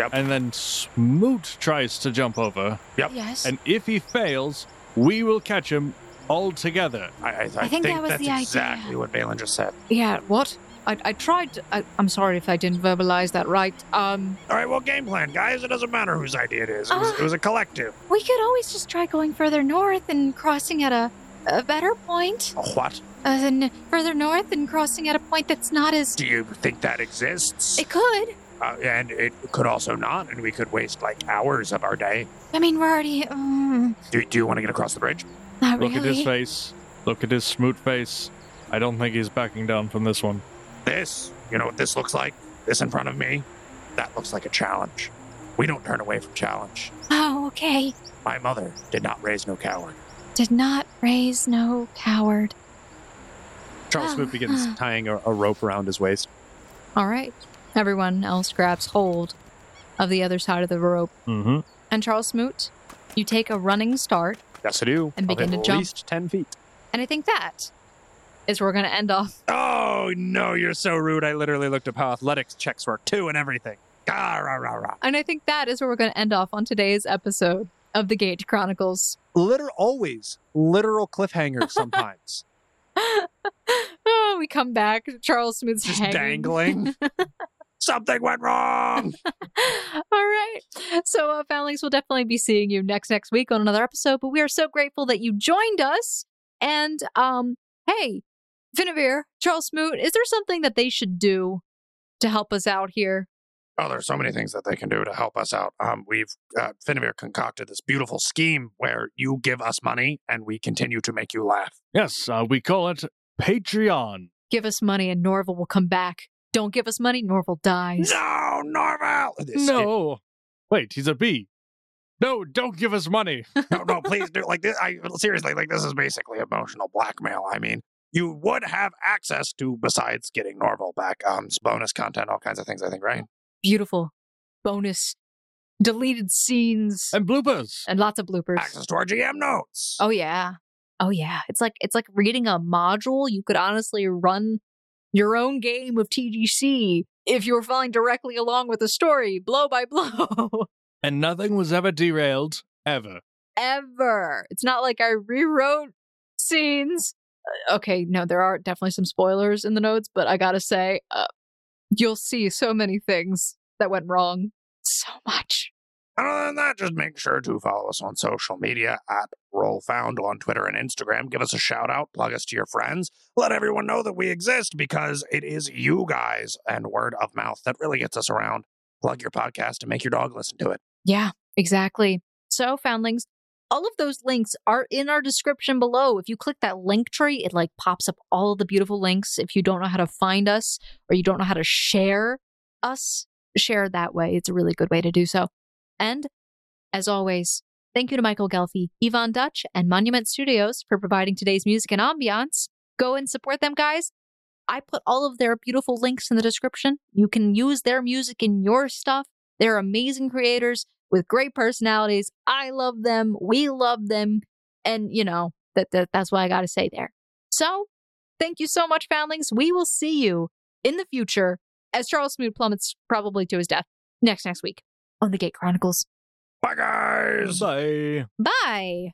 A: Yep.
G: And then Smoot tries to jump over.
A: Yep.
B: Yes.
G: And if he fails, we will catch him all together.
A: I, I, I,
B: think that was
A: that's
B: the idea.
A: exactly what Balin just said.
L: yeah, what? I, I tried. To, I, I'm sorry if I didn't verbalize that right. Um,
A: All right, well, game plan, guys. It doesn't matter whose idea it is. It was,
B: Ah.
A: it was a collective.
B: We could always just try going further north and crossing at a, a better point.
A: A What?
B: Uh, then further north and crossing at a point that's not as.
A: Do you think that exists?
B: It could.
A: uh, and it could also not, and we could waste like hours of our day.
B: I mean, we're already. Um,
A: Do, do you want to get across the bridge?
B: not
G: Look at his
B: really.
G: face. Look at his smoot face. I don't think he's backing down from this one.
A: This, you know what this looks like? This in front of me? That looks like a challenge. We don't turn away from challenge.
B: Oh, okay.
A: My mother did not raise no coward.
B: Did not raise no coward.
J: Charles Smoot begins tying a, a rope around his waist.
L: all right. Everyone else grabs hold of the other side of the rope.
G: Mm-hmm.
L: And Charles Smoot, you take a running start.
J: Yes, I do.
L: And
J: Of
L: begin to
J: at
L: jump.
J: least ten feet.
L: And I think that is where we're going to end off.
A: Oh no, you're so rude. I literally looked up how
J: Athletics checks work too, and everything.
A: Ah, rah, rah, rah.
L: And I think that is where we're going to end off on today's episode of the Gage Chronicles.
J: Literal, always literal cliffhangers. Sometimes
L: Oh, we come back. Charles Smoot's
A: Just
L: hanging.
A: dangling. Something went wrong.
L: All right. So, uh, Foundlings, we'll definitely be seeing you next next week on another episode. But we are so grateful that you joined us. And um, hey, Vinevere, Charles Smoot, is there something that they should do to help us out here?
A: Oh, there's so many things that they can do to help us out. Um, we've uh, Finnevere concocted this beautiful scheme where you give us money and we continue to make you laugh.
G: Yes, uh, we call it Patreon.
L: Give us money, and Norval will come back. Don't give us money, Norval dies.
A: No, Norval. This-
G: No. Wait, he's a bee. No, don't give us money.
A: no, no, please do like this. I seriously like this is basically emotional blackmail. I mean, you would have access to besides getting Norval back, um, s- bonus content, all kinds of things. I think, right?
L: Beautiful bonus, deleted scenes,
G: And bloopers.
L: and lots of bloopers.
A: Access to our GM notes.
L: Oh yeah. Oh yeah. It's like it's like reading a module. You could honestly run your own game of TGC if you were following directly along with the story, blow by blow.
G: And nothing was ever derailed, ever.
L: Ever. It's not like I rewrote scenes. Uh, Okay, no, there are definitely some spoilers in the notes, but I gotta say, uh, you'll see so many things that went wrong. So much.
A: And other than that, just make sure to follow us on social media at RollFound on Twitter and Instagram. Give us a shout out, plug us to your friends, let everyone know that we exist because it is you guys and word of mouth that really gets us around. Plug your podcast and make your dog listen to it.
L: Yeah, exactly. So, foundlings, all of those links are in our description below. If you click that link tree, it like pops up all the beautiful links. If you don't know how to find us or you don't know how to share us, share that way. It's a really good way to do so. And as always, thank you to Michael Gelfi, Yvonne Dutch, and Monument Studios for providing today's music and ambiance. Go and support them, guys. I put all of their beautiful links in the description. You can use their music in your stuff. They're amazing creators with great personalities. I love them. We love them. And, you know, that, that that's what I got to say there. So, thank you so much, Foundlings. We will see you in the future as Charles Smoot plummets probably to his death next next week on the Gate Chronicles.
A: Bye, guys.
G: Bye.
L: Bye.